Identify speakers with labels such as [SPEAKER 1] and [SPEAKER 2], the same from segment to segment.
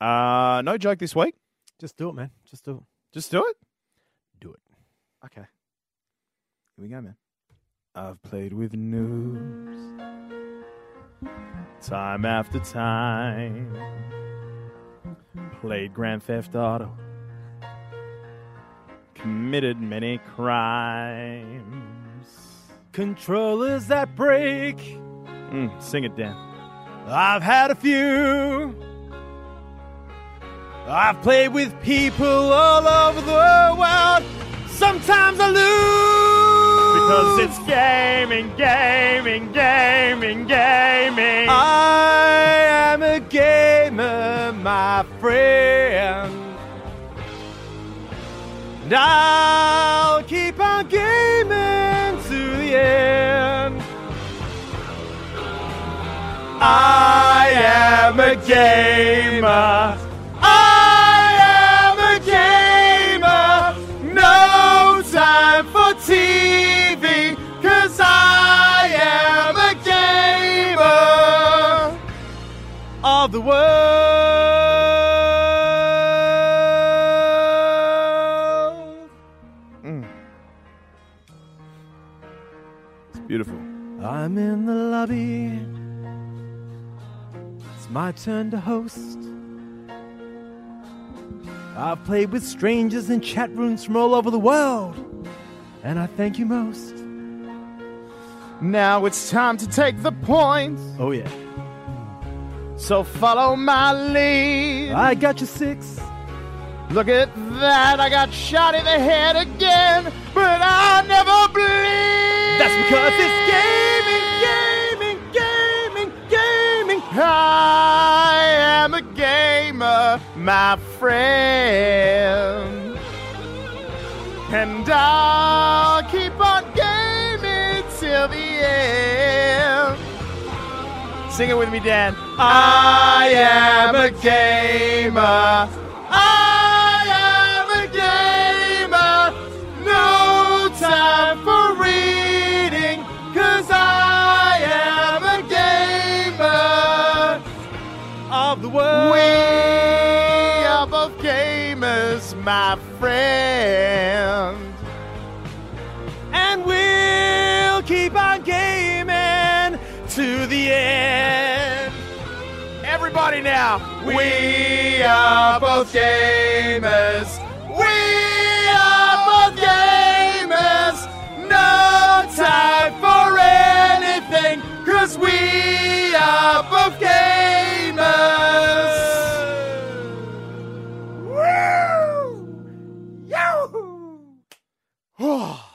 [SPEAKER 1] Uh, no joke this week.
[SPEAKER 2] Just do it, man. Just do it.
[SPEAKER 1] Just do it.
[SPEAKER 2] Do it.
[SPEAKER 1] Okay. Here we go, man. I've played with news time after time. Played Grand Theft Auto. Committed many crimes.
[SPEAKER 2] Controllers that break.
[SPEAKER 1] Mm, sing it, Dan.
[SPEAKER 2] I've had a few. I've played with people all over the world. Sometimes I
[SPEAKER 1] Because
[SPEAKER 2] lose.
[SPEAKER 1] it's gaming, gaming, gaming, gaming.
[SPEAKER 2] I am a gamer, my friend. And I'll keep on gaming to the end. I am a gamer. I am a gamer. No time for TV, cause I am a gamer of the world. Mm.
[SPEAKER 1] It's beautiful.
[SPEAKER 2] I'm in the lobby. It's my turn to host. I've played with strangers in chat rooms from all over the world, and I thank you most.
[SPEAKER 1] Now it's time to take the points.
[SPEAKER 2] Oh, yeah.
[SPEAKER 1] So follow my lead.
[SPEAKER 2] I got you six.
[SPEAKER 1] Look at that. I got shot in the head again, but I'll never bleed.
[SPEAKER 2] That's because it's gaming, gaming, gaming, gaming.
[SPEAKER 1] I am a gamer, my friend. And I'll keep on gaming till the end. Sing it with me, Dan. I am a gamer. I am a gamer. No time for reading, cause I am a gamer of the world. We are both gamers, my friend. And we'll keep on gaming to the end. Everybody now. We are both gamers. We are both gamers. No time for anything, cause we are both gamers. Woo! Yahoo!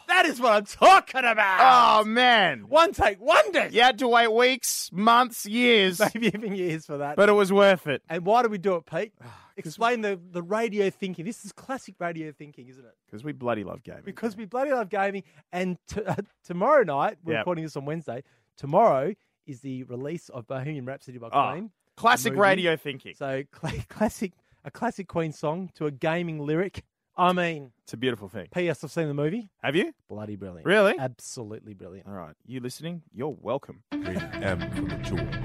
[SPEAKER 2] That is what I'm talking about.
[SPEAKER 1] Oh, man.
[SPEAKER 2] One take wonders.
[SPEAKER 1] You had to wait weeks, months, years,
[SPEAKER 2] Maybe even years for that.
[SPEAKER 1] but it was worth it.
[SPEAKER 2] and why do we do it, Pete? Explain the, the radio thinking. This is classic radio thinking, isn't it?
[SPEAKER 1] Because we bloody love gaming.
[SPEAKER 2] Because we bloody love gaming. And t- uh, tomorrow night, we're
[SPEAKER 1] Yep.
[SPEAKER 2] recording this on Wednesday. Tomorrow is the release of Bohemian Rhapsody by
[SPEAKER 1] Oh,
[SPEAKER 2] Queen.
[SPEAKER 1] classic
[SPEAKER 2] movie.
[SPEAKER 1] radio thinking.
[SPEAKER 2] So cl- classic, a classic Queen song to a gaming lyric. I mean,
[SPEAKER 1] It's a beautiful thing.
[SPEAKER 2] P.S. I've seen the movie.
[SPEAKER 1] Have you?
[SPEAKER 2] Bloody brilliant.
[SPEAKER 1] Really?
[SPEAKER 2] Absolutely brilliant.
[SPEAKER 1] All right. You listening? You're welcome.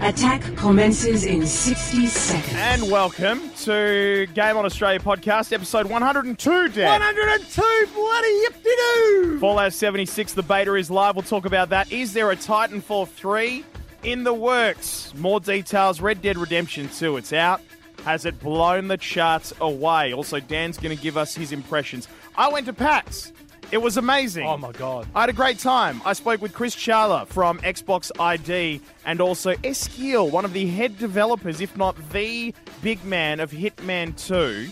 [SPEAKER 3] Attack commences in 60 seconds.
[SPEAKER 1] And welcome to Game on Australia podcast, episode 102, Dan.
[SPEAKER 2] 102 bloody yip doo
[SPEAKER 1] Fallout 76, the beta is live. We'll talk about that. Is there a Titanfall 3 in the works? More details. Red Dead Redemption 2, it's out. Has it blown the charts away? Also, Dan's going to give us his impressions. I went to PAX. It was amazing.
[SPEAKER 2] Oh my god.
[SPEAKER 1] I had a great time. I spoke with Chris Charla from Xbox ID and also Eskiel, one of the head developers, if not the big man of Hitman 2.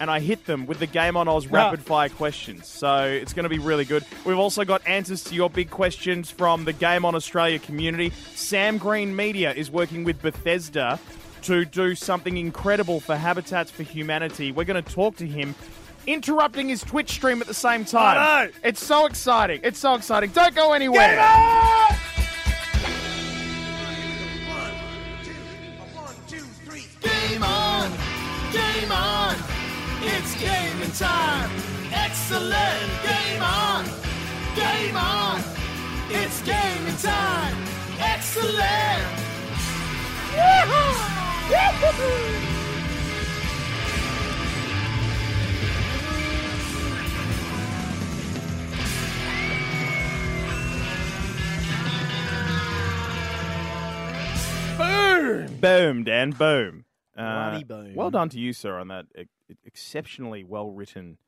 [SPEAKER 1] And I hit them with the Game on Oz rapid fire questions. So it's going to be really good. We've also got answers to your big questions from the Game on Australia community. Sam Green Media is working with Bethesda to do something incredible for Habitats for Humanity. We're going to talk to him, interrupting his Twitch stream at the same time.
[SPEAKER 2] I know.
[SPEAKER 1] It's so exciting. It's so exciting. Don't go anywhere. Game on! Game on! It's gaming time! Excellent! Game on! Game on! It's gaming time! Excellent! Yahoo! Yahoo! Boom, Dan. Boom. Uh,
[SPEAKER 4] Bloody boom.
[SPEAKER 1] well done to you, sir, on that e- e- exceptionally well written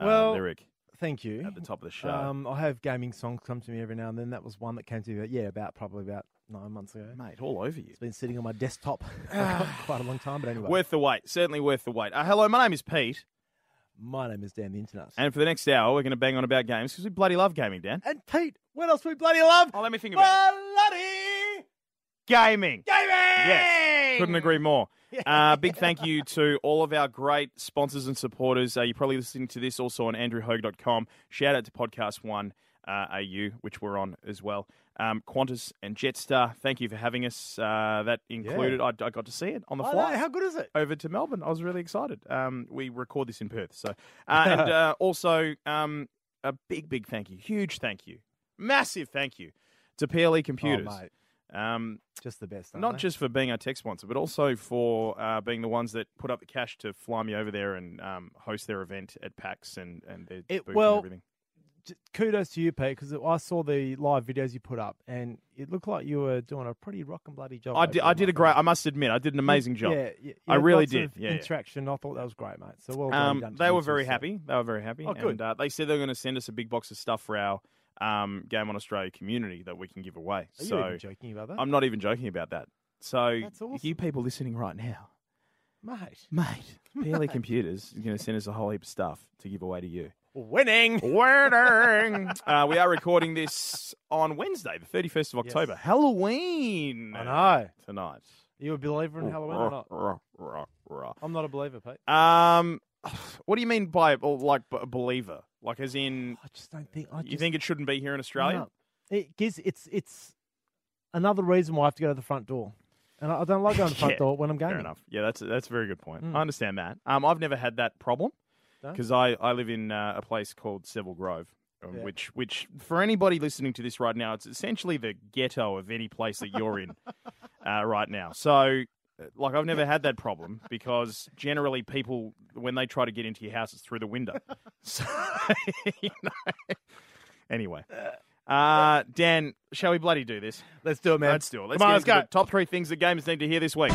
[SPEAKER 1] uh,
[SPEAKER 4] Well,
[SPEAKER 1] lyric
[SPEAKER 4] Thank you.
[SPEAKER 1] at the top of the show.
[SPEAKER 4] Um, I have gaming songs come to me every now and then. That was one that came to me, about, yeah, about probably about nine months ago.
[SPEAKER 1] Mate, all over you.
[SPEAKER 4] It's been sitting on my desktop for
[SPEAKER 1] Ah.
[SPEAKER 4] quite a long time, but anyway.
[SPEAKER 1] Worth the wait. Certainly worth the wait. Uh, hello, my name is Pete,
[SPEAKER 4] my name is Dan the Internet.
[SPEAKER 1] and for the next hour, we're going to bang on about games because we bloody love gaming, Dan.
[SPEAKER 4] And Pete, what else we bloody love?
[SPEAKER 1] Oh, let me think about
[SPEAKER 4] Bloody
[SPEAKER 1] it. Gaming.
[SPEAKER 4] gaming!
[SPEAKER 1] Yes. Couldn't agree more. Uh, big thank you to all of our great sponsors and supporters. Uh, you're probably listening to this also on andrewhogue.com. Shout out to Podcast One uh, AU, which we're on as well. Um, Qantas and Jetstar, thank you for having us. Uh, that included, I, I got to see it on the
[SPEAKER 4] I
[SPEAKER 1] fly
[SPEAKER 4] know, how good is it?
[SPEAKER 1] over to Melbourne. I was really excited. Um, we record this in Perth, so uh, and uh, also um, a big, big thank you, huge thank you, massive thank you to PLE Computers.
[SPEAKER 4] Oh, mate,
[SPEAKER 1] um,
[SPEAKER 4] just the best. aren't
[SPEAKER 1] not
[SPEAKER 4] they?
[SPEAKER 1] just for being our tech sponsor, but also for uh, being the ones that put up the cash to fly me over there and um, host their event at PAX and and their
[SPEAKER 4] It-
[SPEAKER 1] booth
[SPEAKER 4] well,
[SPEAKER 1] and everything.
[SPEAKER 4] J- kudos to you, Pete, because I saw the live videos you put up, and it looked like you were doing a pretty rock and bloody job.
[SPEAKER 1] I
[SPEAKER 4] over
[SPEAKER 1] did,
[SPEAKER 4] there,
[SPEAKER 1] I did a
[SPEAKER 4] mate.
[SPEAKER 1] great. I must admit, I did an amazing job.
[SPEAKER 4] Yeah, yeah,
[SPEAKER 1] I
[SPEAKER 4] yeah,
[SPEAKER 1] really
[SPEAKER 4] lots
[SPEAKER 1] did.
[SPEAKER 4] of
[SPEAKER 1] Yeah, yeah.
[SPEAKER 4] interaction. I thought that was great, mate. So well done.
[SPEAKER 1] Um,
[SPEAKER 4] done to
[SPEAKER 1] they
[SPEAKER 4] you
[SPEAKER 1] were
[SPEAKER 4] two,
[SPEAKER 1] very
[SPEAKER 4] so-
[SPEAKER 1] happy. They were very happy.
[SPEAKER 4] Oh, good.
[SPEAKER 1] And, uh, they said they were going to send us a big box of stuff for our um, Game on Australia community that we can give away.
[SPEAKER 4] Are
[SPEAKER 1] so
[SPEAKER 4] you even joking about that,
[SPEAKER 1] I'm not even joking about that. So
[SPEAKER 4] That's awesome.
[SPEAKER 1] you people listening right now,
[SPEAKER 4] mate?
[SPEAKER 1] mate, PLE Computers is going to send us a whole heap of stuff to give away to you.
[SPEAKER 4] Winning.
[SPEAKER 1] Wedding. uh, we are recording this on Wednesday, the 31st of October, Halloween.
[SPEAKER 4] I know.
[SPEAKER 1] Tonight.
[SPEAKER 4] Are you a believer in Halloween or not?
[SPEAKER 1] Ruh, ruh, ruh,
[SPEAKER 4] I'm not a believer, Pete.
[SPEAKER 1] ruh. Um, what do you mean by or like b- believer? Like as in,
[SPEAKER 4] I just don't think. I
[SPEAKER 1] you
[SPEAKER 4] just-
[SPEAKER 1] think it shouldn't be here in Australia?
[SPEAKER 4] No. It gives. It's it's another reason why I have to go to the front door, and I, I don't like going to the front
[SPEAKER 1] Yeah,
[SPEAKER 4] door when I'm gaming.
[SPEAKER 1] Fair enough. Yeah, that's a, that's a very good point.
[SPEAKER 4] Mm.
[SPEAKER 1] I understand that. Um, I've never had that problem
[SPEAKER 4] No?
[SPEAKER 1] because I, I live in uh, a place called Seville Grove, um,
[SPEAKER 4] Yeah.
[SPEAKER 1] which which for anybody listening to this right now, it's essentially the ghetto of any place that you're in uh, right now. So. uh, Like I've never had that problem because generally people when they try to get into your house it's through the window. So you know. anyway, uh, Dan, shall we bloody do this?
[SPEAKER 4] Let's do it, man.
[SPEAKER 1] Let's do it. Let's
[SPEAKER 4] Come
[SPEAKER 1] get
[SPEAKER 4] on, let's
[SPEAKER 1] into
[SPEAKER 4] go.
[SPEAKER 1] the top three things that gamers need to hear this week.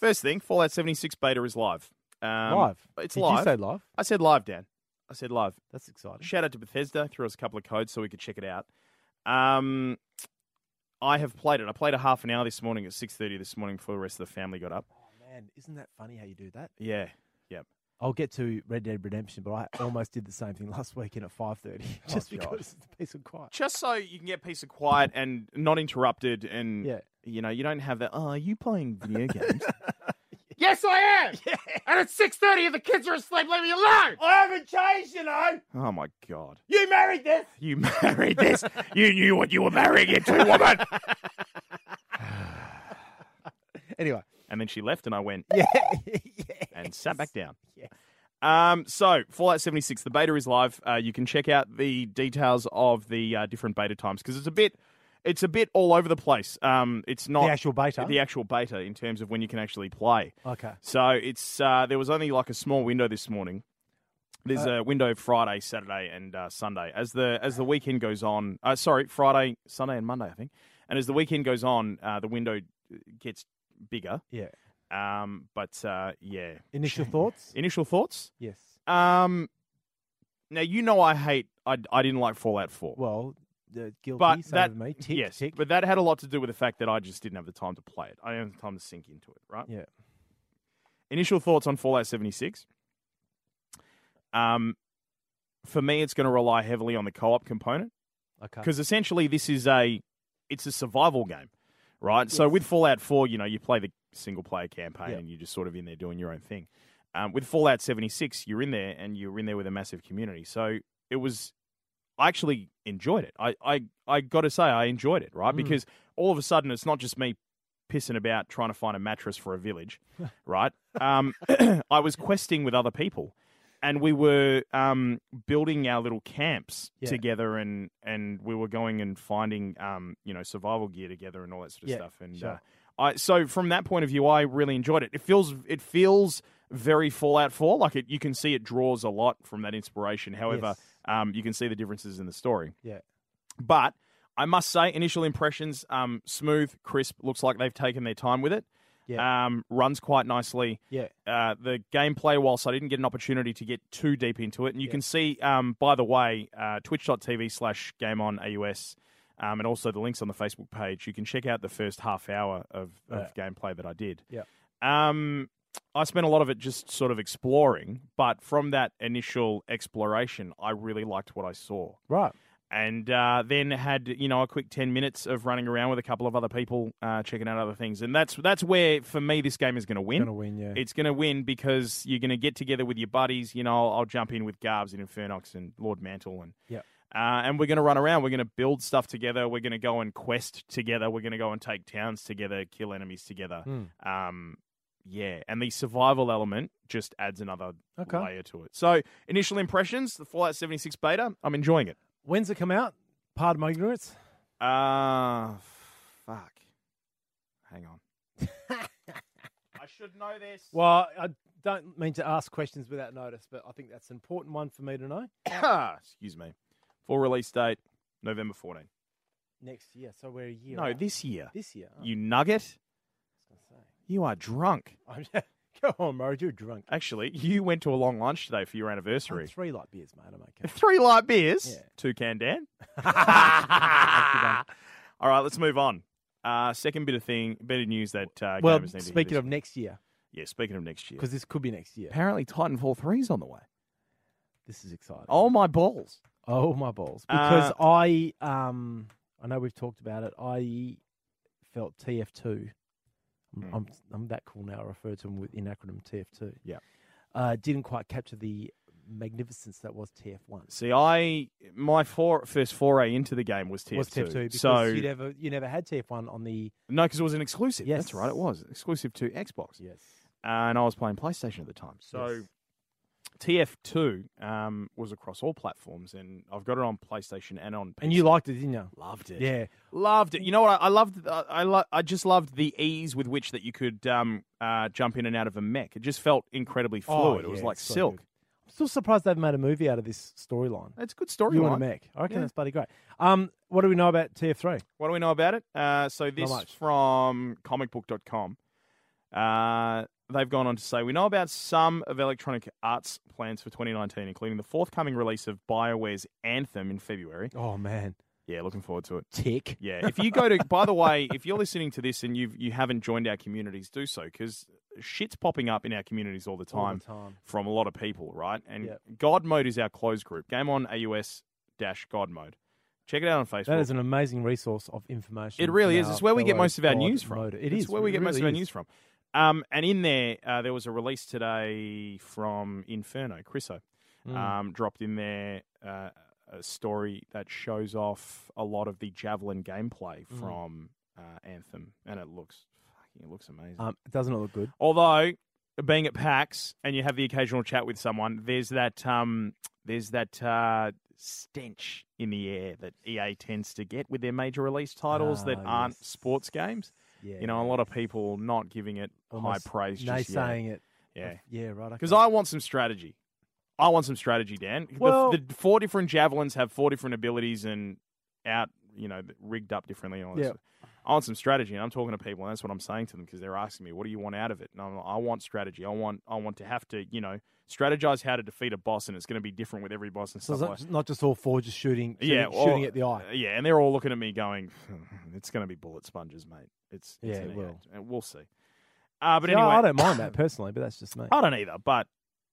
[SPEAKER 1] First thing, Fallout 76 beta is live. Um,
[SPEAKER 4] live.
[SPEAKER 1] It's
[SPEAKER 4] Did
[SPEAKER 1] live.
[SPEAKER 4] You say Mm-hmm. live.
[SPEAKER 1] I said live, Dan. I said live.
[SPEAKER 4] That's exciting.
[SPEAKER 1] Shout out to Bethesda. Threw us a couple of codes so we could check it out. Um, I have played it. I played a half an hour this morning at 6.30 this morning before the rest of the family got up.
[SPEAKER 4] Oh, man, isn't that funny how you do that?
[SPEAKER 1] Yeah.
[SPEAKER 4] I'll get to Red Dead Redemption, but I almost did the same thing last weekend at five thirty, just
[SPEAKER 1] God.
[SPEAKER 4] because it's a piece of quiet.
[SPEAKER 1] Just so you can get peace of quiet and not interrupted and,
[SPEAKER 4] Yeah.
[SPEAKER 1] you know, you don't have that, oh, are you playing video games?
[SPEAKER 2] Yes, I am. And it's six thirty, and the kids are asleep. Leave me alone. I haven't changed, you know.
[SPEAKER 1] oh, my God.
[SPEAKER 2] You married this.
[SPEAKER 1] You married this. you knew what you were marrying into, woman.
[SPEAKER 4] Anyway,
[SPEAKER 1] And then she left, and I went
[SPEAKER 4] yeah, yeah.
[SPEAKER 1] and sat back down.
[SPEAKER 4] Yes.
[SPEAKER 1] Um, so Fallout 76, the beta is live. Uh, you can check out the details of the uh, different beta times because it's a bit, it's a bit all over the place. Um, it's
[SPEAKER 4] The
[SPEAKER 1] not
[SPEAKER 4] actual beta.
[SPEAKER 1] the actual beta in terms of when you can actually play.
[SPEAKER 4] okay.
[SPEAKER 1] So it's uh, there was only like a small window this morning. There's
[SPEAKER 4] Uh,
[SPEAKER 1] a window Friday, Saturday, and uh, Sunday. As the as the weekend goes on, uh, sorry, Friday, Sunday, and Monday, I think. And as the weekend goes on, uh, the window gets bigger.
[SPEAKER 4] Yeah.
[SPEAKER 1] Um, but uh, yeah,
[SPEAKER 4] Initial thoughts?
[SPEAKER 1] initial thoughts.
[SPEAKER 4] Yes.
[SPEAKER 1] Um, now you know I hate. I, I didn't like Fallout Four.
[SPEAKER 4] Well, the guilty
[SPEAKER 1] But
[SPEAKER 4] same
[SPEAKER 1] that-
[SPEAKER 4] with me. Tick,
[SPEAKER 1] yes,
[SPEAKER 4] tick.
[SPEAKER 1] but that had a lot to do with the fact that I just didn't have the time to play it. I didn't have the time to sink into it. Right.
[SPEAKER 4] Yeah.
[SPEAKER 1] Initial thoughts on Fallout seventy six. Um, for me, it's going to rely heavily on the co op component
[SPEAKER 4] okay.
[SPEAKER 1] because essentially this is a it's a survival game, right? So with Fallout Four, you know, you play the single player campaign
[SPEAKER 4] Yep.
[SPEAKER 1] and you're just sort of in there doing your own thing. Um, with Fallout 76, you're in there and you're in there with a massive community. So it was, I actually enjoyed it. I I, I got to say I enjoyed it, right?
[SPEAKER 4] Mm.
[SPEAKER 1] Because all of a sudden it's not just me pissing about trying to find a mattress for a village, right? Um, I was questing with other people, and we were um, building our little camps
[SPEAKER 4] Yeah.
[SPEAKER 1] together, and and we were going and finding um, you know survival gear together and all that sort of
[SPEAKER 4] Yeah,
[SPEAKER 1] stuff. And
[SPEAKER 4] sure.
[SPEAKER 1] uh, I so from that point of view, I really enjoyed it. It feels it feels very Fallout Four, like it. You can see it draws a lot from that inspiration. However,
[SPEAKER 4] Yes.
[SPEAKER 1] um, you can see the differences in the story.
[SPEAKER 4] Yeah.
[SPEAKER 1] But I must say, initial impressions, um, smooth, crisp. Looks like they've taken their time with it.
[SPEAKER 4] Yeah.
[SPEAKER 1] Um, runs quite nicely.
[SPEAKER 4] Yeah.
[SPEAKER 1] Uh, the gameplay, whilst I didn't get an opportunity to get too deep into it, and you can see, um, by the way, uh, twitch.tv slash game on AUS, um, and also the links on the Facebook page. You can check out the first half hour of, of gameplay that I did.
[SPEAKER 4] Yeah.
[SPEAKER 1] Um, I spent a lot of it just sort of exploring, but from that initial exploration, I really liked what I saw
[SPEAKER 4] Right.
[SPEAKER 1] and uh, then had you know a quick ten minutes of running around with a couple of other people uh, checking out other things, and that's that's where for me this game is going to win.
[SPEAKER 4] Gonna win, yeah.
[SPEAKER 1] It's going to win because you're going to get together with your buddies. You know, I'll, I'll jump in with Garbs and Infernox and Lord Mantle and
[SPEAKER 4] Yep.
[SPEAKER 1] uh, and we're going to run around. We're going to build stuff together. We're going to go and quest together. We're going to go and take towns together, kill enemies together. Um, yeah, and the survival element just adds another
[SPEAKER 4] Okay.
[SPEAKER 1] layer to it. So, initial impressions: the Fallout 76 beta. I'm enjoying it.
[SPEAKER 4] When's it come out? Pardon my ignorance.
[SPEAKER 1] Ah, fuck. Hang on. I should know this.
[SPEAKER 4] Well, I don't mean to ask questions without notice, but I think that's an important one for me to know.
[SPEAKER 1] Excuse me. Full release date, November 14.
[SPEAKER 4] Next year, so we're a year.
[SPEAKER 1] No,
[SPEAKER 4] out.
[SPEAKER 1] this year.
[SPEAKER 4] this year. Oh,
[SPEAKER 1] You nugget. You are drunk.
[SPEAKER 4] Oh, I'm, go on, Murray, you're drunk.
[SPEAKER 1] Actually, you went to a long lunch today for your
[SPEAKER 4] I'm
[SPEAKER 1] anniversary.
[SPEAKER 4] Uh, three light beers, mate. I'm okay.
[SPEAKER 1] Three light beers.
[SPEAKER 4] Yeah.
[SPEAKER 1] Two can Dan.
[SPEAKER 4] Okey-doke.
[SPEAKER 1] All right, let's move on. Uh, second bit of thing, bit of news that uh,
[SPEAKER 4] well,
[SPEAKER 1] gamers need to hear
[SPEAKER 4] speaking
[SPEAKER 1] this-
[SPEAKER 4] of next year,
[SPEAKER 1] yeah, speaking of next year,
[SPEAKER 4] because this could be next year.
[SPEAKER 1] apparently Titanfall three is on the way.
[SPEAKER 4] This is exciting.
[SPEAKER 1] Oh my balls!
[SPEAKER 4] Oh my balls!
[SPEAKER 1] Uh,
[SPEAKER 4] Because I, um, I know we've talked about it. I felt TF two.
[SPEAKER 1] Hmm.
[SPEAKER 4] I'm, I'm I'm that cool now. I refer to them with in acronym TF two.
[SPEAKER 1] Yeah.
[SPEAKER 4] Uh, didn't quite capture the magnificence that was TF one.
[SPEAKER 1] See, I my for, first foray into the game was TF2.
[SPEAKER 4] Was TF two because
[SPEAKER 1] so
[SPEAKER 4] you never you never had TF one on the
[SPEAKER 1] no, because it was an exclusive.
[SPEAKER 4] Yes.
[SPEAKER 1] That's right, it was exclusive to Xbox,
[SPEAKER 4] yes
[SPEAKER 1] and I was playing PlayStation at the time. So TF2 um, was across all platforms, and I've got it on PlayStation and on. PC.
[SPEAKER 4] and you liked it, didn't you?
[SPEAKER 1] loved it,
[SPEAKER 4] Yeah.
[SPEAKER 1] loved it. You know what? I, I loved. I I, lo- I just loved the ease with which that you could um, uh, jump in and out of a mech. It just felt incredibly fluid. it was
[SPEAKER 4] Oh, yeah,
[SPEAKER 1] like
[SPEAKER 4] it's so
[SPEAKER 1] silk.
[SPEAKER 4] good. I'm still surprised they've made a movie out of this storyline.
[SPEAKER 1] It's a good story.
[SPEAKER 4] You want a mech? I reckon
[SPEAKER 1] Yeah.
[SPEAKER 4] that's bloody great. Um, what do we know about TF three?
[SPEAKER 1] What do we know about it? Uh, so this
[SPEAKER 4] much.
[SPEAKER 1] from comicbook.com. Uh, they've gone on to say, we know about some of Electronic Arts' plans for 2019, including the forthcoming release of BioWare's Anthem in February.
[SPEAKER 4] Oh man,
[SPEAKER 1] Yeah, looking forward to it.
[SPEAKER 4] tick.
[SPEAKER 1] Yeah, if you go to, by the way, if you're listening to this and you you haven't joined our communities, do so because shit's popping up in our communities all the time,
[SPEAKER 4] All the time.
[SPEAKER 1] from a lot of people, right? And
[SPEAKER 4] Yep.
[SPEAKER 1] God Mode is our closed group. Game on AUS dash God Mode. Check it out on Facebook.
[SPEAKER 4] That is an amazing resource of information.
[SPEAKER 1] It really
[SPEAKER 4] from
[SPEAKER 1] is.
[SPEAKER 4] our
[SPEAKER 1] It's where we get
[SPEAKER 4] fellow
[SPEAKER 1] most of our
[SPEAKER 4] God
[SPEAKER 1] news from.
[SPEAKER 4] motor- It
[SPEAKER 1] it's
[SPEAKER 4] is.
[SPEAKER 1] where we
[SPEAKER 4] It
[SPEAKER 1] get most
[SPEAKER 4] really
[SPEAKER 1] of our
[SPEAKER 4] is.
[SPEAKER 1] news from. Um, and in there, uh, there was a release today from Inferno, Chriso.
[SPEAKER 4] Hmm.
[SPEAKER 1] Um, dropped in there uh, a story that shows off a lot of the Javelin gameplay
[SPEAKER 4] Hmm.
[SPEAKER 1] from uh, Anthem. And it looks, fucking, it looks amazing.
[SPEAKER 4] Um, doesn't it look good?
[SPEAKER 1] Although being at PAX and you have the occasional chat with someone, there's that um, there's that uh, stench in the air that EA tends to get with their major release titles that
[SPEAKER 4] Ah,
[SPEAKER 1] aren't
[SPEAKER 4] yes.
[SPEAKER 1] sports games.
[SPEAKER 4] Yeah.
[SPEAKER 1] You know, a lot of people not giving it
[SPEAKER 4] Almost
[SPEAKER 1] high praise. Just yet.
[SPEAKER 4] naysaying it.
[SPEAKER 1] yeah,
[SPEAKER 4] Yeah. Right.
[SPEAKER 1] because
[SPEAKER 4] okay.
[SPEAKER 1] I want some strategy. I want some strategy, Dan. The-
[SPEAKER 4] Well-
[SPEAKER 1] the, four different javelins have four different abilities and out, you know, rigged up differently. And all this.
[SPEAKER 4] Yep.
[SPEAKER 1] I want some strategy, and I'm talking to people, and that's what I'm saying to them because they're asking me, "What do you want out of it?" And I'm like, "I want strategy. I want, I want to have to, you know, strategize how to defeat a boss, and it's going to be different with every boss and
[SPEAKER 4] So
[SPEAKER 1] stuff
[SPEAKER 4] it's
[SPEAKER 1] like."
[SPEAKER 4] not, not just all four just shooting. shooting
[SPEAKER 1] Yeah, uh, or-
[SPEAKER 4] shooting at the eye.
[SPEAKER 1] Yeah, and they're all looking at me going, "Hmm, "It's going to be bullet sponges, mate. It's, it's
[SPEAKER 4] Yeah,
[SPEAKER 1] an
[SPEAKER 4] it will.
[SPEAKER 1] ad." And we'll see." Uh, but
[SPEAKER 4] See, I-
[SPEAKER 1] anyway,
[SPEAKER 4] I don't mind that personally, but that's just me.
[SPEAKER 1] I don't either. But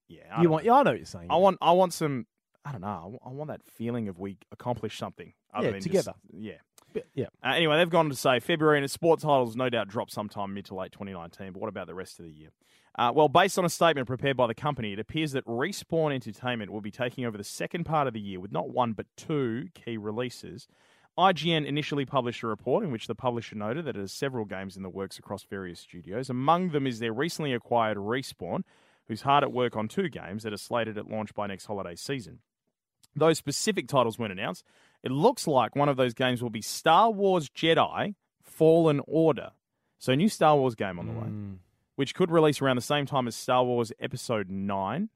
[SPEAKER 1] yeah, I
[SPEAKER 4] you
[SPEAKER 1] don't
[SPEAKER 4] want? Yeah, I know what you're saying.
[SPEAKER 1] I want I want some I don't know. I wa- I want that feeling of we accomplished something. Other
[SPEAKER 4] Yeah,
[SPEAKER 1] than
[SPEAKER 4] together.
[SPEAKER 1] Just, yeah.
[SPEAKER 4] Yeah.
[SPEAKER 1] Uh, anyway, they've gone on to say February and its sport titles no doubt drop sometime mid to late 2019. But what about the rest of the year? Uh, well, based on a statement prepared by the company, it appears that Respawn Entertainment will be taking over the second part of the year with not one but two key releases. IGN initially published a report in which the publisher noted that it has several games in the works across various studios. Among them is their recently acquired Respawn, who's hard at work on two games that are slated at launch by next holiday season. Those specific titles weren't announced. It looks like one of those games will be Star Wars Jedi Fallen Order. So, a new
[SPEAKER 4] Mm.
[SPEAKER 1] Star Wars game on the way, which could release around the same time as Star Wars Episode 9.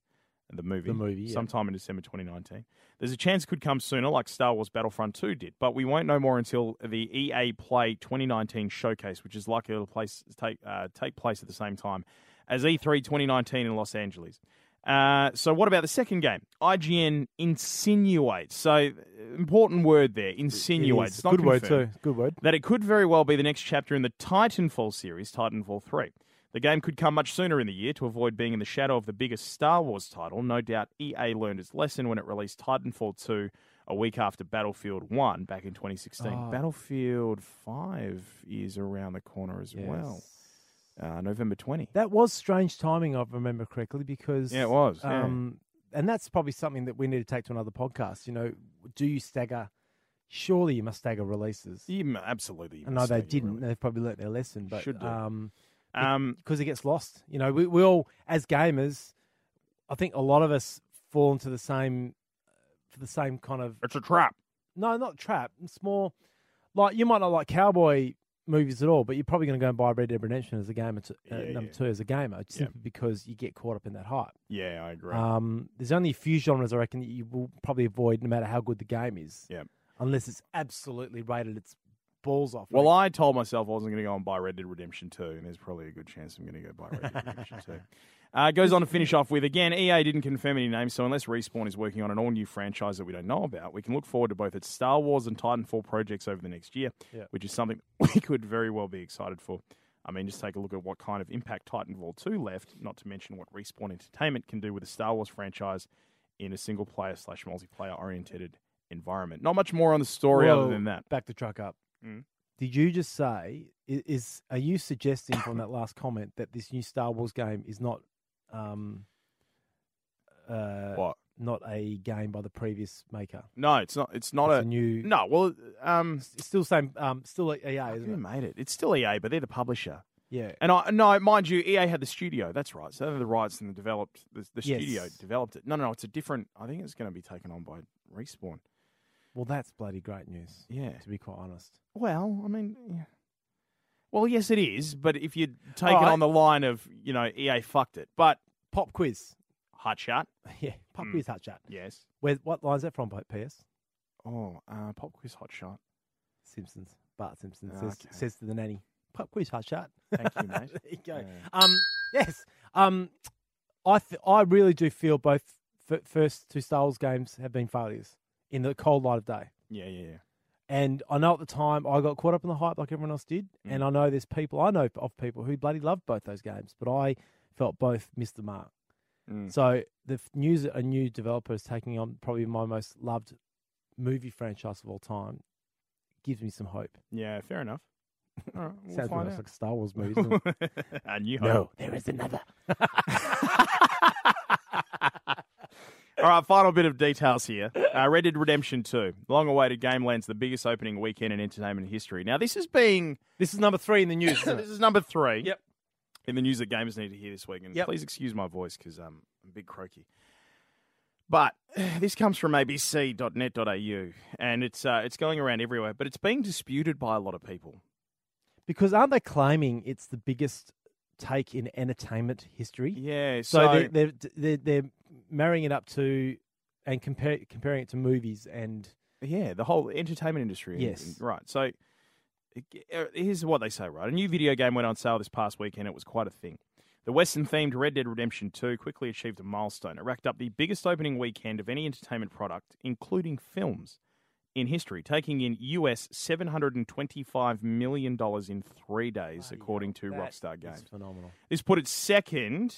[SPEAKER 1] the movie,
[SPEAKER 4] The movie, yeah.
[SPEAKER 1] sometime in December 2019. There's a chance it could come sooner, like Star Wars Battlefront 2 did, but we won't know more until the EA Play 2019 showcase, which is likely to place, take, uh, take place at the same time as E E3 2019 in Los Angeles. Uh, so, what about the second game? IGN insinuates. So, uh, important word there, insinuates. It's not
[SPEAKER 4] Good word,
[SPEAKER 1] confirmed
[SPEAKER 4] too. Good word.
[SPEAKER 1] that it could very well be the next chapter in the Titanfall series, Titanfall 3. The game could come much sooner in the year to avoid being in the shadow of the biggest Star Wars title. No doubt EA learned its lesson when it released Titanfall 2 a week after Battlefield 1 back in 2016.
[SPEAKER 4] Oh.
[SPEAKER 1] Battlefield 5 is around the corner as well, uh, November 20.
[SPEAKER 4] That was strange timing, if I remember correctly, because
[SPEAKER 1] Yeah, it was, yeah.
[SPEAKER 4] Um, and that's probably something that we need to take to another podcast. You know, do you stagger? Surely you must stagger releases.
[SPEAKER 1] You m- absolutely. you
[SPEAKER 4] I know
[SPEAKER 1] must
[SPEAKER 4] they
[SPEAKER 1] say you
[SPEAKER 4] didn't. They've probably learnt their lesson, but
[SPEAKER 1] Should do.
[SPEAKER 4] um,
[SPEAKER 1] really- Um,
[SPEAKER 4] because it gets lost. You know, we, we all, as gamers, I think a lot of us fall into the same, for the same kind of
[SPEAKER 1] it's a trap.
[SPEAKER 4] no, not trap. It's more like you might not like cowboy movies at all, but you're probably going to go and buy Red Dead Redemption as a gamer, to, uh,
[SPEAKER 1] Yeah,
[SPEAKER 4] number
[SPEAKER 1] yeah.
[SPEAKER 4] two as a gamer, simply because you get caught up in that hype.
[SPEAKER 1] Yeah, I agree.
[SPEAKER 4] Um, there's only a few genres I reckon that you will probably avoid, no matter how good the game is.
[SPEAKER 1] Yeah.
[SPEAKER 4] Unless it's absolutely rated its balls off.
[SPEAKER 1] Well,
[SPEAKER 4] Like,
[SPEAKER 1] I told myself I wasn't going to go and buy Red Dead Redemption 2, and there's probably a good chance I'm going to go buy Red Dead Redemption 2. Uh, it goes on to finish off with again, EA didn't confirm any names, so unless Respawn is working on an all new franchise that we don't know about, we can look forward to both its Star Wars and Titanfall projects over the next year,
[SPEAKER 4] Yeah.
[SPEAKER 1] which is something we could very well be excited for. I mean, just take a look at what kind of impact Titanfall 2 left, not to mention what Respawn Entertainment can do with a Star Wars franchise in a single player slash multiplayer oriented environment. Not much more on the story
[SPEAKER 4] Whoa,
[SPEAKER 1] other than that.
[SPEAKER 4] back the truck up.
[SPEAKER 1] Mm.
[SPEAKER 4] Did you just say i- is are you suggesting from that last comment that this new Star Wars game is not um uh
[SPEAKER 1] What?
[SPEAKER 4] not a game by the previous maker?
[SPEAKER 1] No, it's not. It's not
[SPEAKER 4] It's
[SPEAKER 1] a
[SPEAKER 4] a new-
[SPEAKER 1] No, well, um,
[SPEAKER 4] It's still same um still EA,
[SPEAKER 1] who
[SPEAKER 4] isn't it?
[SPEAKER 1] made it? It's still EA, but they're the publisher.
[SPEAKER 4] Yeah.
[SPEAKER 1] And I no, mind you, EA had the studio. That's right. So they're the rights and the developed the, the
[SPEAKER 4] Yes.
[SPEAKER 1] studio developed it. No, no, no. It's a different. I think it's going to be taken on by Respawn.
[SPEAKER 4] Well, that's bloody great news.
[SPEAKER 1] Yeah.
[SPEAKER 4] To be quite honest.
[SPEAKER 1] Well, I mean, yeah. well, yes, it is. But if you take it
[SPEAKER 4] Alright.
[SPEAKER 1] on the line of you know EA fucked it, but
[SPEAKER 4] Pop quiz.
[SPEAKER 1] hot shot.
[SPEAKER 4] yeah, pop
[SPEAKER 1] Mm.
[SPEAKER 4] quiz hot chat.
[SPEAKER 1] Yes.
[SPEAKER 4] Where what line's that from PS?
[SPEAKER 1] Oh, uh, pop quiz hot shot.
[SPEAKER 4] Simpsons. Bart Simpson
[SPEAKER 1] Ah,
[SPEAKER 4] says,
[SPEAKER 1] okay.
[SPEAKER 4] says to the nanny, "Pop quiz, hot shot."
[SPEAKER 1] Thank you, mate.
[SPEAKER 4] there you go.
[SPEAKER 1] Yeah.
[SPEAKER 4] Um, yes. Um, I th- I really do feel both f- first two Star Wars games have been failures in the cold light of day.
[SPEAKER 1] Yeah, yeah, yeah.
[SPEAKER 4] And I know at the time I got caught up in the hype like everyone else did, and I know there's people I know of people who bloody loved both those games, but I felt both missed the mark.
[SPEAKER 1] Mm.
[SPEAKER 4] So the f- news that a new developer is taking on probably my most loved movie franchise of all time gives me some hope.
[SPEAKER 1] Yeah, fair enough. All right, we'll
[SPEAKER 4] Sounds
[SPEAKER 1] find
[SPEAKER 4] almost
[SPEAKER 1] out.
[SPEAKER 4] like a Star Wars movie. doesn't it?
[SPEAKER 1] and you
[SPEAKER 4] no, there is another.
[SPEAKER 1] All right, final bit of details here. Uh, Red Dead Redemption 2. Long awaited game lands the biggest opening weekend in entertainment history. Now, this is being.
[SPEAKER 4] This is number three in the news. isn't it?
[SPEAKER 1] this is number three.
[SPEAKER 4] Yep.
[SPEAKER 1] In the news that gamers need to hear this week. And
[SPEAKER 4] Yep.
[SPEAKER 1] please excuse my voice because um, I'm a bit croaky. But this comes from abc.net.au and it's, uh, it's going around everywhere, but it's being disputed by a lot of people.
[SPEAKER 4] Because aren't they claiming it's the biggest take in entertainment history?
[SPEAKER 1] Yeah,
[SPEAKER 4] So,
[SPEAKER 1] so.
[SPEAKER 4] they're, they're, they're, they're marrying it up to and compare, comparing it to movies and
[SPEAKER 1] Yeah, the whole entertainment industry. and-
[SPEAKER 4] Yes.
[SPEAKER 1] and- right. So uh, here's what they say, right? A new video game went on sale this past weekend. It was quite a thing. The Western themed Red Dead Redemption 2 quickly achieved a milestone. It racked up the biggest opening weekend of any entertainment product, including films, in history, taking in US $725 million in three days, according to
[SPEAKER 4] That
[SPEAKER 1] Rockstar
[SPEAKER 4] is
[SPEAKER 1] Games.
[SPEAKER 4] phenomenal.
[SPEAKER 1] This put it second.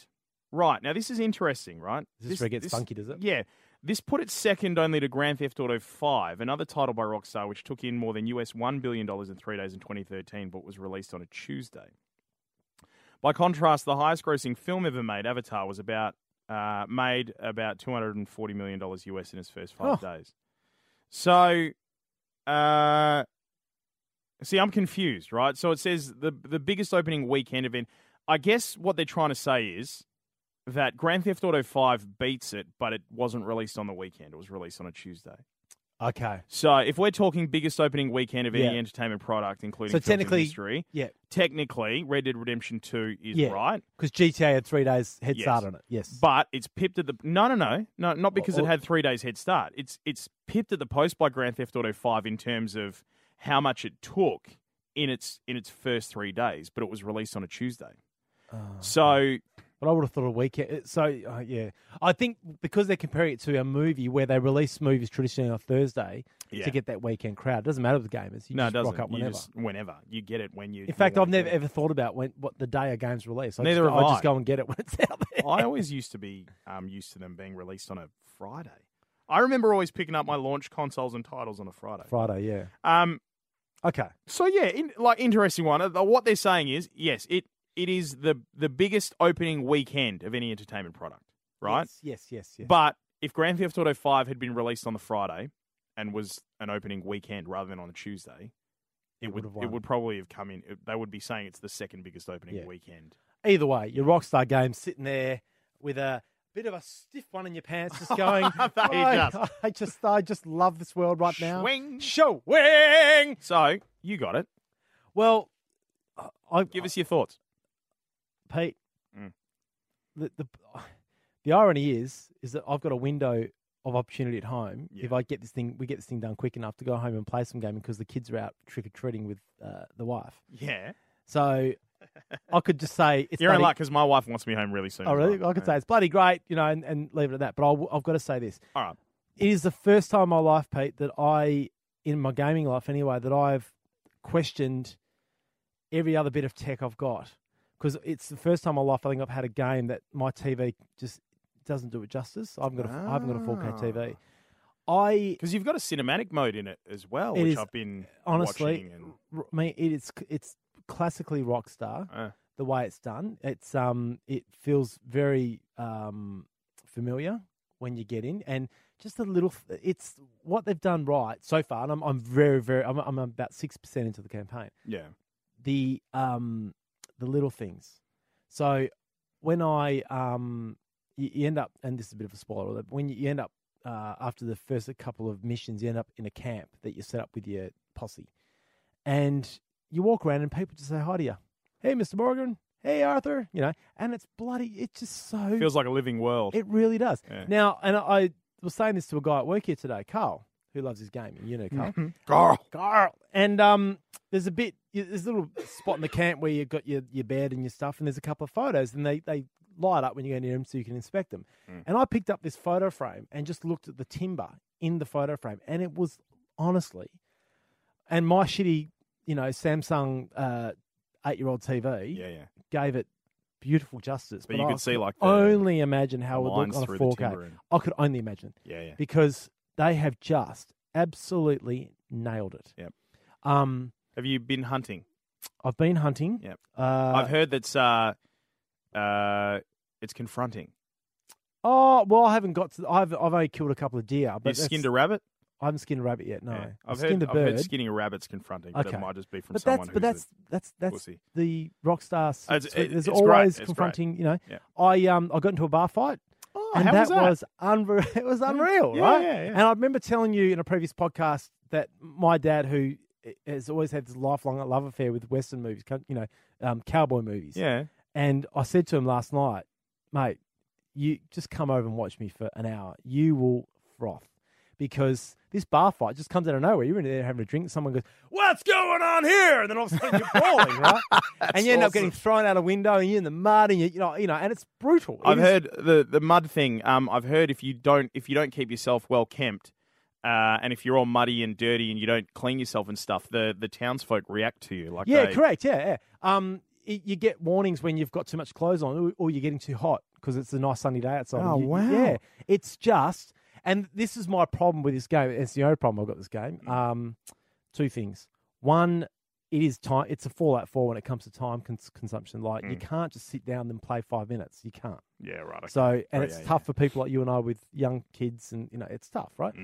[SPEAKER 1] Right. Now, this is interesting, right?
[SPEAKER 4] Is this where it gets funky, does it?
[SPEAKER 1] Yeah. This put it second only to Grand Theft Auto 5, another title by Rockstar, which took in more than US $1 billion in three days in 2013, but was released on a Tuesday. By contrast, the highest grossing film ever made, Avatar, was about uh, made about $240 million US in its first five
[SPEAKER 4] Oh.
[SPEAKER 1] days. So, uh, see, I'm confused, right? So it says the, the biggest opening weekend event. I guess what they're trying to say is that Grand Theft Auto 5 beats it, but it wasn't released on the weekend. It was released on a Tuesday.
[SPEAKER 4] Okay.
[SPEAKER 1] So if we're talking biggest opening weekend of any
[SPEAKER 4] Yeah.
[SPEAKER 1] entertainment product, including
[SPEAKER 4] So
[SPEAKER 1] films in
[SPEAKER 4] technically-
[SPEAKER 1] history,
[SPEAKER 4] Yeah.
[SPEAKER 1] technically Red Dead Redemption Two is
[SPEAKER 4] Yeah.
[SPEAKER 1] right,
[SPEAKER 4] Because GTA had three days head
[SPEAKER 1] Yes.
[SPEAKER 4] start on it. Yes.
[SPEAKER 1] but it's pipped at the no, no, no, no, not because
[SPEAKER 4] Oh,
[SPEAKER 1] it
[SPEAKER 4] oh.
[SPEAKER 1] had three days head start. It's it's pipped at the post by Grand Theft Auto Five in terms of how much it took in its in its first three days, but it was released on a Tuesday.
[SPEAKER 4] Oh.
[SPEAKER 1] So
[SPEAKER 4] But I would have thought a weekend. it- So uh, yeah, I think because they're comparing it to a movie where they release movies traditionally on Thursday
[SPEAKER 1] Yeah.
[SPEAKER 4] to get that weekend crowd. It doesn't matter with the gamers. You
[SPEAKER 1] no, it
[SPEAKER 4] just
[SPEAKER 1] doesn't.
[SPEAKER 4] rock up
[SPEAKER 1] You
[SPEAKER 4] whenever.
[SPEAKER 1] just- whenever you get it when you.
[SPEAKER 4] In fact,
[SPEAKER 1] you
[SPEAKER 4] I've
[SPEAKER 1] want it.
[SPEAKER 4] never ever thought about when what the day a game's released. I
[SPEAKER 1] Neither
[SPEAKER 4] just,
[SPEAKER 1] have
[SPEAKER 4] I
[SPEAKER 1] I.
[SPEAKER 4] just go and get it when it's out there.
[SPEAKER 1] I always used to be um, used to them being released on a Friday. I remember always picking up my launch consoles and titles on a Friday.
[SPEAKER 4] Friday, yeah.
[SPEAKER 1] Um,
[SPEAKER 4] Okay.
[SPEAKER 1] so yeah, in, like interesting one. Uh, What they're saying is yes, it it is the the biggest opening weekend of any entertainment product, right?
[SPEAKER 4] Yes, yes, yes. yes.
[SPEAKER 1] But if Grand Theft Auto Five had been released on the Friday and was an opening weekend rather than on a Tuesday, it,
[SPEAKER 4] It
[SPEAKER 1] would
[SPEAKER 4] would've won.
[SPEAKER 1] it would probably have come in. They would be saying it's the second biggest opening
[SPEAKER 4] Yeah.
[SPEAKER 1] weekend.
[SPEAKER 4] Either way, your Rockstar game sitting there with a bit of a stiff one in your pants, just going.
[SPEAKER 1] They
[SPEAKER 4] "I-
[SPEAKER 1] just-
[SPEAKER 4] I just, I just love this world right now.
[SPEAKER 1] Swing.
[SPEAKER 4] Show wing.
[SPEAKER 1] So you got it.
[SPEAKER 4] Well, I- I
[SPEAKER 1] Give us your thoughts.
[SPEAKER 4] Pete.
[SPEAKER 1] Mm.
[SPEAKER 4] The, the the irony is is that I've got a window of opportunity at home if
[SPEAKER 1] Yeah.
[SPEAKER 4] I get this thing we get this thing done quick enough to go home and play some gaming because the kids are out trick or treating with uh, the wife.
[SPEAKER 1] Yeah.
[SPEAKER 4] So I could just say it's
[SPEAKER 1] You're in
[SPEAKER 4] bloody-
[SPEAKER 1] luck because my wife wants me home really soon.
[SPEAKER 4] Oh
[SPEAKER 1] as
[SPEAKER 4] really?
[SPEAKER 1] well.
[SPEAKER 4] I could say it's bloody great, you know, and, and leave it at that. But I w- I've got to say this:
[SPEAKER 1] All right.
[SPEAKER 4] it is the first time in my life, Pete, that I, in my gaming life anyway, that I've questioned every other bit of tech I've got. Because it's the first time in my life I think I've had a game that my TV just doesn't do it justice. I haven't got a, I haven't got a
[SPEAKER 1] Ah.
[SPEAKER 4] 4K TV. I
[SPEAKER 1] Because you've got a cinematic mode in it as well,
[SPEAKER 4] It
[SPEAKER 1] which
[SPEAKER 4] is-
[SPEAKER 1] I've been
[SPEAKER 4] honestly,
[SPEAKER 1] watching. And,
[SPEAKER 4] r- I mean, it, it's it's classically Rockstar
[SPEAKER 1] Uh.
[SPEAKER 4] the way it's done. It's um, it feels very um familiar when you get in, and just a little. It's what they've done right so far, and I'm I'm very very I'm I'm about six percent into the campaign.
[SPEAKER 1] yeah.
[SPEAKER 4] The um, the little things. So when I um, you, you end up, and this is a bit of a spoiler, but when you, you end up uh, after the first couple of missions, you end up in a camp that you set up with your posse, and you walk around and people just say hi to you. Hey, Mister Morgan. Hey, Arthur. You know, and it's bloody. It's just so.
[SPEAKER 1] Feels like a living world.
[SPEAKER 4] it really does.
[SPEAKER 1] Yeah.
[SPEAKER 4] Now, and I, I was saying this to a guy at work here today, Carl, who loves his gaming. You know, Carl.
[SPEAKER 1] Carl.
[SPEAKER 4] Carl. And um, there's a bit, y- there's a little spot in the camp where you've got your, your bed and your stuff, and there's a couple of photos, and they, they light up when you go near them so you can inspect them.
[SPEAKER 1] Mm.
[SPEAKER 4] And I picked up this photo frame and just looked at the timber in the photo frame, and it was honestly, and my shitty, you know, Samsung uh, eight year old TV
[SPEAKER 1] Yeah, yeah.
[SPEAKER 4] gave it beautiful justice.
[SPEAKER 1] But you
[SPEAKER 4] I
[SPEAKER 1] could see, like, the-
[SPEAKER 4] only imagine how it would
[SPEAKER 1] lines
[SPEAKER 4] look on
[SPEAKER 1] through
[SPEAKER 4] a
[SPEAKER 1] the
[SPEAKER 4] 4K.
[SPEAKER 1] timber and-
[SPEAKER 4] I could only imagine
[SPEAKER 1] Yeah, yeah.
[SPEAKER 4] because they have just absolutely nailed it.
[SPEAKER 1] Yep.
[SPEAKER 4] Um,
[SPEAKER 1] Have you been hunting?
[SPEAKER 4] I've been hunting.
[SPEAKER 1] Yep.
[SPEAKER 4] Uh,
[SPEAKER 1] I've heard that's uh, uh, it's confronting.
[SPEAKER 4] oh well, I haven't got to. I've I've only killed a couple of deer, but
[SPEAKER 1] You've
[SPEAKER 4] that's-
[SPEAKER 1] skinned a rabbit.
[SPEAKER 4] I haven't skinned a rabbit yet. No,
[SPEAKER 1] Yeah.
[SPEAKER 4] I've
[SPEAKER 1] I've heard.
[SPEAKER 4] skinned a
[SPEAKER 1] I've
[SPEAKER 4] bird.
[SPEAKER 1] heard skinning a rabbit's confronting, but
[SPEAKER 4] Okay.
[SPEAKER 1] it might just be from
[SPEAKER 4] but
[SPEAKER 1] someone
[SPEAKER 4] that's
[SPEAKER 1] who's
[SPEAKER 4] but that's
[SPEAKER 1] a,
[SPEAKER 4] that's that's
[SPEAKER 1] pussy.
[SPEAKER 4] the rock
[SPEAKER 1] Oh,
[SPEAKER 4] star.
[SPEAKER 1] it's-
[SPEAKER 4] secret.
[SPEAKER 1] it-
[SPEAKER 4] There's
[SPEAKER 1] it's great.
[SPEAKER 4] always
[SPEAKER 1] It's great.
[SPEAKER 4] confronting. You know,
[SPEAKER 1] Yeah.
[SPEAKER 4] I um I got into a bar fight.
[SPEAKER 1] Oh,
[SPEAKER 4] and
[SPEAKER 1] how was
[SPEAKER 4] that,
[SPEAKER 1] that?
[SPEAKER 4] was unreal. It was unreal,
[SPEAKER 1] Yeah,
[SPEAKER 4] right?
[SPEAKER 1] yeah, yeah.
[SPEAKER 4] And I remember telling you in a previous podcast that my dad, who has always had this lifelong love affair with Western movies, co- you know, um, cowboy movies.
[SPEAKER 1] yeah.
[SPEAKER 4] And I said to him last night, mate, you just come over and watch me for an hour. You will froth because this bar fight just comes out of nowhere. You're in there having a drink, and someone goes, "What's going on here?" And then all of a sudden you're bawling, right? and you end up getting thrown out a window, and you're in the mud, and you, you know, you know, and it's brutal. It
[SPEAKER 1] I've
[SPEAKER 4] is-
[SPEAKER 1] heard the the mud thing. Um, I've heard if you don't if you don't keep yourself well kempt, uh, and if you're all muddy and dirty and you don't clean yourself and stuff, the the townsfolk react to you like
[SPEAKER 4] Yeah,
[SPEAKER 1] they,
[SPEAKER 4] correct. Yeah, yeah. Um, y- you get warnings when you've got too much clothes on, or- or you're getting too hot because it's a nice sunny day outside.
[SPEAKER 1] Oh,
[SPEAKER 4] You-
[SPEAKER 1] wow.
[SPEAKER 4] Yeah, it's just, and this is my problem with this game. It's the only problem I've got with this game.
[SPEAKER 1] Mm.
[SPEAKER 4] Um, two things. One, it is time. It's a Fallout Four when it comes to time cons- consumption. Like
[SPEAKER 1] Mm.
[SPEAKER 4] you can't just sit down and play five minutes. You can't.
[SPEAKER 1] Yeah, right. okay.
[SPEAKER 4] So, and
[SPEAKER 1] Oh,
[SPEAKER 4] it's
[SPEAKER 1] yeah,
[SPEAKER 4] tough for people like you and I with young kids, and you know, it's tough, right?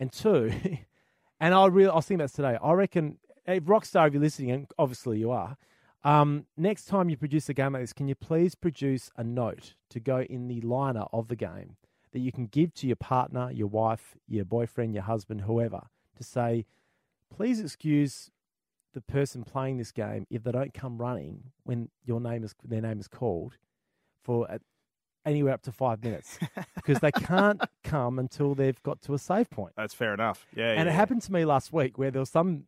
[SPEAKER 4] And two, and I really, I was thinking about this today. I reckon, hey, Rockstar, if you're listening, and obviously you are, um, next time you produce a game like this, can you please produce a note to go in the liner of the game that that you can give to your partner, your wife, your boyfriend, your husband, whoever, to say, please excuse the person playing this game if they don't come running when your name is their name is called for at anywhere up to five minutes because they can't come until they've got to a save point.
[SPEAKER 1] That's fair enough. Yeah.
[SPEAKER 4] And
[SPEAKER 1] yeah,
[SPEAKER 4] it happened to me last week where there was some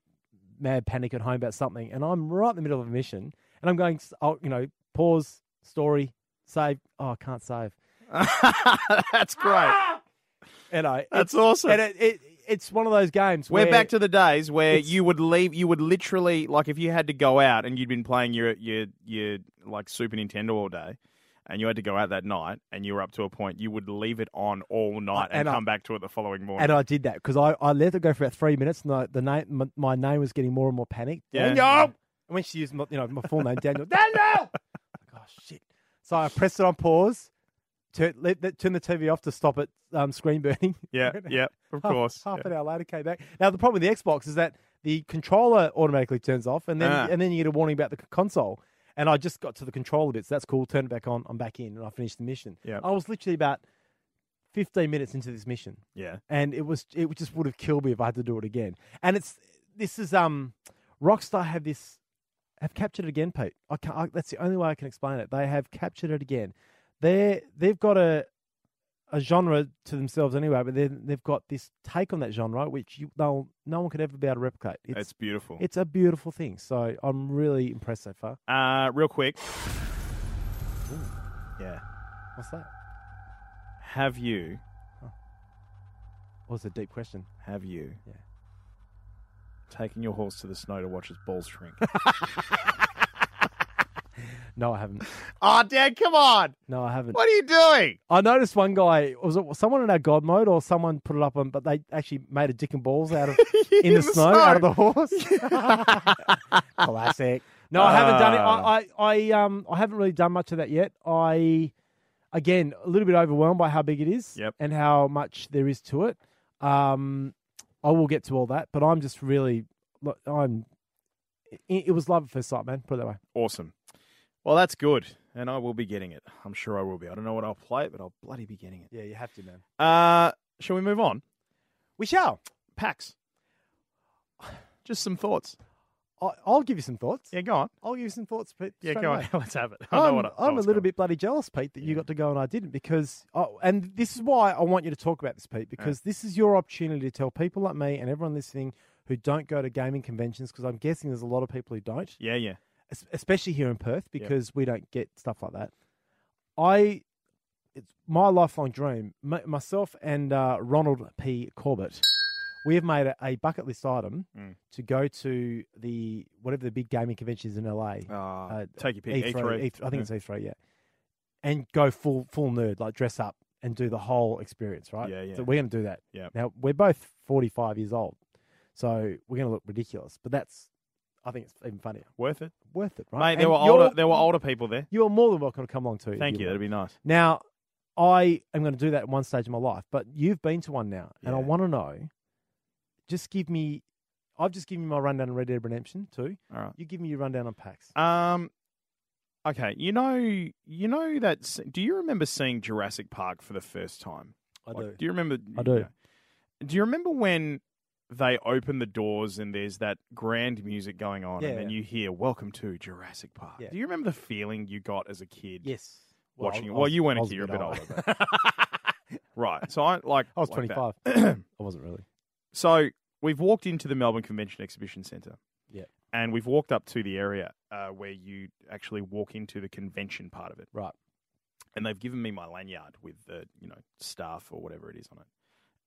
[SPEAKER 4] mad panic at home about something, and I'm right in the middle of a mission, and I'm going, s- oh, you know, pause, story, save. Oh, I can't save.
[SPEAKER 1] yeah. That's great.
[SPEAKER 4] And I,
[SPEAKER 1] That's
[SPEAKER 4] it's,
[SPEAKER 1] awesome.
[SPEAKER 4] and it, it, it's one of those games.
[SPEAKER 1] We're
[SPEAKER 4] where
[SPEAKER 1] back to the days where
[SPEAKER 4] It's-
[SPEAKER 1] you would leave. You would literally like if you had to go out and you'd been playing your your your like Super Nintendo all day, and you had to go out that night and you were up to a point, you would leave it on all night and,
[SPEAKER 4] and I-
[SPEAKER 1] come back to it the following morning.
[SPEAKER 4] And I did that because I, I let it go for about three minutes, and I, the name, my, my name was getting more and more panicked.
[SPEAKER 1] Yeah.
[SPEAKER 4] Daniel! And when she used my, you know, my full name, Daniel, Daniel! oh, shit. So I pressed it on pause, turn, let, let, turn the TV off to stop it um, screen burning.
[SPEAKER 1] yeah, yeah, of
[SPEAKER 4] Half-
[SPEAKER 1] course.
[SPEAKER 4] Half,
[SPEAKER 1] yeah.
[SPEAKER 4] an hour later, came back. Now the problem with the Xbox is that the controller automatically turns off, and then
[SPEAKER 1] Ah.
[SPEAKER 4] and then you get a warning about the c- console. And I just got to the controller bit, so that's cool. Turn it back on. I'm back in, and I finished the mission.
[SPEAKER 1] Yep.
[SPEAKER 4] I was literally about 15 minutes into this mission,
[SPEAKER 1] Yeah.
[SPEAKER 4] and it was it just would have killed me if I had to do it again. And it's this is um, Rockstar have this have captured it again, Pete. I can't. I, that's the only way I can explain it. They have captured it again. They they've got a a genre to themselves anyway, but then they've got this take on that genre which you they'll, no one could ever be able to replicate. It's
[SPEAKER 1] It's beautiful.
[SPEAKER 4] it's a beautiful thing. So I'm really impressed so far.
[SPEAKER 1] uh, real quick. Yeah.
[SPEAKER 4] What's that?
[SPEAKER 1] Have you?
[SPEAKER 4] That was a deep question.
[SPEAKER 1] Have you?
[SPEAKER 4] Yeah.
[SPEAKER 1] Taking your horse to the snow to watch his balls shrink.
[SPEAKER 4] No, I haven't.
[SPEAKER 1] oh, Dad, come on!
[SPEAKER 4] No, I haven't.
[SPEAKER 1] What are you doing?
[SPEAKER 4] I noticed one guy was it someone in our god mode or someone put it up on, but they actually made a dick and balls out of in, the, snow, out of the horse. Classic. Uh. No, I haven't done it. I, I, I um I haven't really done much of that yet. I again a little bit overwhelmed by how big it is
[SPEAKER 1] Yep.
[SPEAKER 4] and how much there is to it. Um, I will get to all that, but I'm just really look, I'm. It, it was love at first sight, man. Put it that way.
[SPEAKER 1] Awesome. Well, that's good. And I will be getting it. I'm sure I will be. I don't know what I'll play, but I'll bloody be getting it.
[SPEAKER 4] Yeah, you have to, man.
[SPEAKER 1] Uh, shall we move on?
[SPEAKER 4] We shall.
[SPEAKER 1] PAX. Just some thoughts.
[SPEAKER 4] I, I'll give you some thoughts.
[SPEAKER 1] Yeah, go on.
[SPEAKER 4] I'll give you some thoughts, Pete.
[SPEAKER 1] Yeah,
[SPEAKER 4] straight
[SPEAKER 1] go
[SPEAKER 4] away.
[SPEAKER 1] on. Let's have it. I know
[SPEAKER 4] I'm,
[SPEAKER 1] what I-
[SPEAKER 4] I'm a
[SPEAKER 1] what's
[SPEAKER 4] little
[SPEAKER 1] going
[SPEAKER 4] bit bloody jealous, Pete, that you got to go and I didn't because, oh, and this is why I want you to talk about this, Pete, because this is your opportunity to tell people like me and everyone listening who don't go to gaming conventions, because I'm guessing there's a lot of people who don't,
[SPEAKER 1] on. Yeah, yeah.
[SPEAKER 4] es- especially here in Perth, because we don't get stuff like that. I, it's my lifelong dream. M- myself and uh, Ronald P. Corbett, we have made a, a bucket list item
[SPEAKER 1] Mm.
[SPEAKER 4] to go to the whatever the big gaming convention is in LA.
[SPEAKER 1] Uh,
[SPEAKER 4] Uh,
[SPEAKER 1] take your pick. E
[SPEAKER 4] E3,
[SPEAKER 1] E3.
[SPEAKER 4] E3, I think it's E3, yeah. And go full full nerd, like dress up and do the whole experience, right?
[SPEAKER 1] Yeah, yeah.
[SPEAKER 4] So we're going to do that.
[SPEAKER 1] Yep.
[SPEAKER 4] Now we're both forty five years old, so we're going to look ridiculous. But that's, I think it's even funnier.
[SPEAKER 1] worth it.
[SPEAKER 4] Worth it, right?
[SPEAKER 1] Mate, there
[SPEAKER 4] And
[SPEAKER 1] were
[SPEAKER 4] you're-
[SPEAKER 1] older there were older people there.
[SPEAKER 4] You are more than welcome to come along too. if
[SPEAKER 1] Thank you.
[SPEAKER 4] want.
[SPEAKER 1] That'd be nice.
[SPEAKER 4] Now, I am going to do that at one stage of my life, but you've been to one now, and I
[SPEAKER 1] Yeah.
[SPEAKER 4] want to know. Just give me. I've just given you my rundown on Red Dead Redemption too.
[SPEAKER 1] All right.
[SPEAKER 4] You give me your rundown on PAX.
[SPEAKER 1] Um Okay, you know you know that s- do you remember seeing Jurassic Park for the first time? Like, do. you remember?
[SPEAKER 4] I do.
[SPEAKER 1] yeah. Do you remember when they open the doors and there's that grand music going on,
[SPEAKER 4] Yeah,
[SPEAKER 1] and then
[SPEAKER 4] yeah.
[SPEAKER 1] you hear "Welcome to Jurassic Park"?
[SPEAKER 4] Yeah.
[SPEAKER 1] Do you remember the feeling you got as a kid
[SPEAKER 4] Yes.
[SPEAKER 1] watching? it? well, you weren't a kid; you're a bit older. but- right. So I like.
[SPEAKER 4] I was
[SPEAKER 1] like that.
[SPEAKER 4] 25. I wasn't really.
[SPEAKER 1] So we've walked into the Melbourne Convention Exhibition Centre.
[SPEAKER 4] Yeah.
[SPEAKER 1] And we've walked up to the area uh, where you actually walk into the convention part of it.
[SPEAKER 4] Right.
[SPEAKER 1] And they've given me my lanyard with the, you know, staff or whatever it is on it.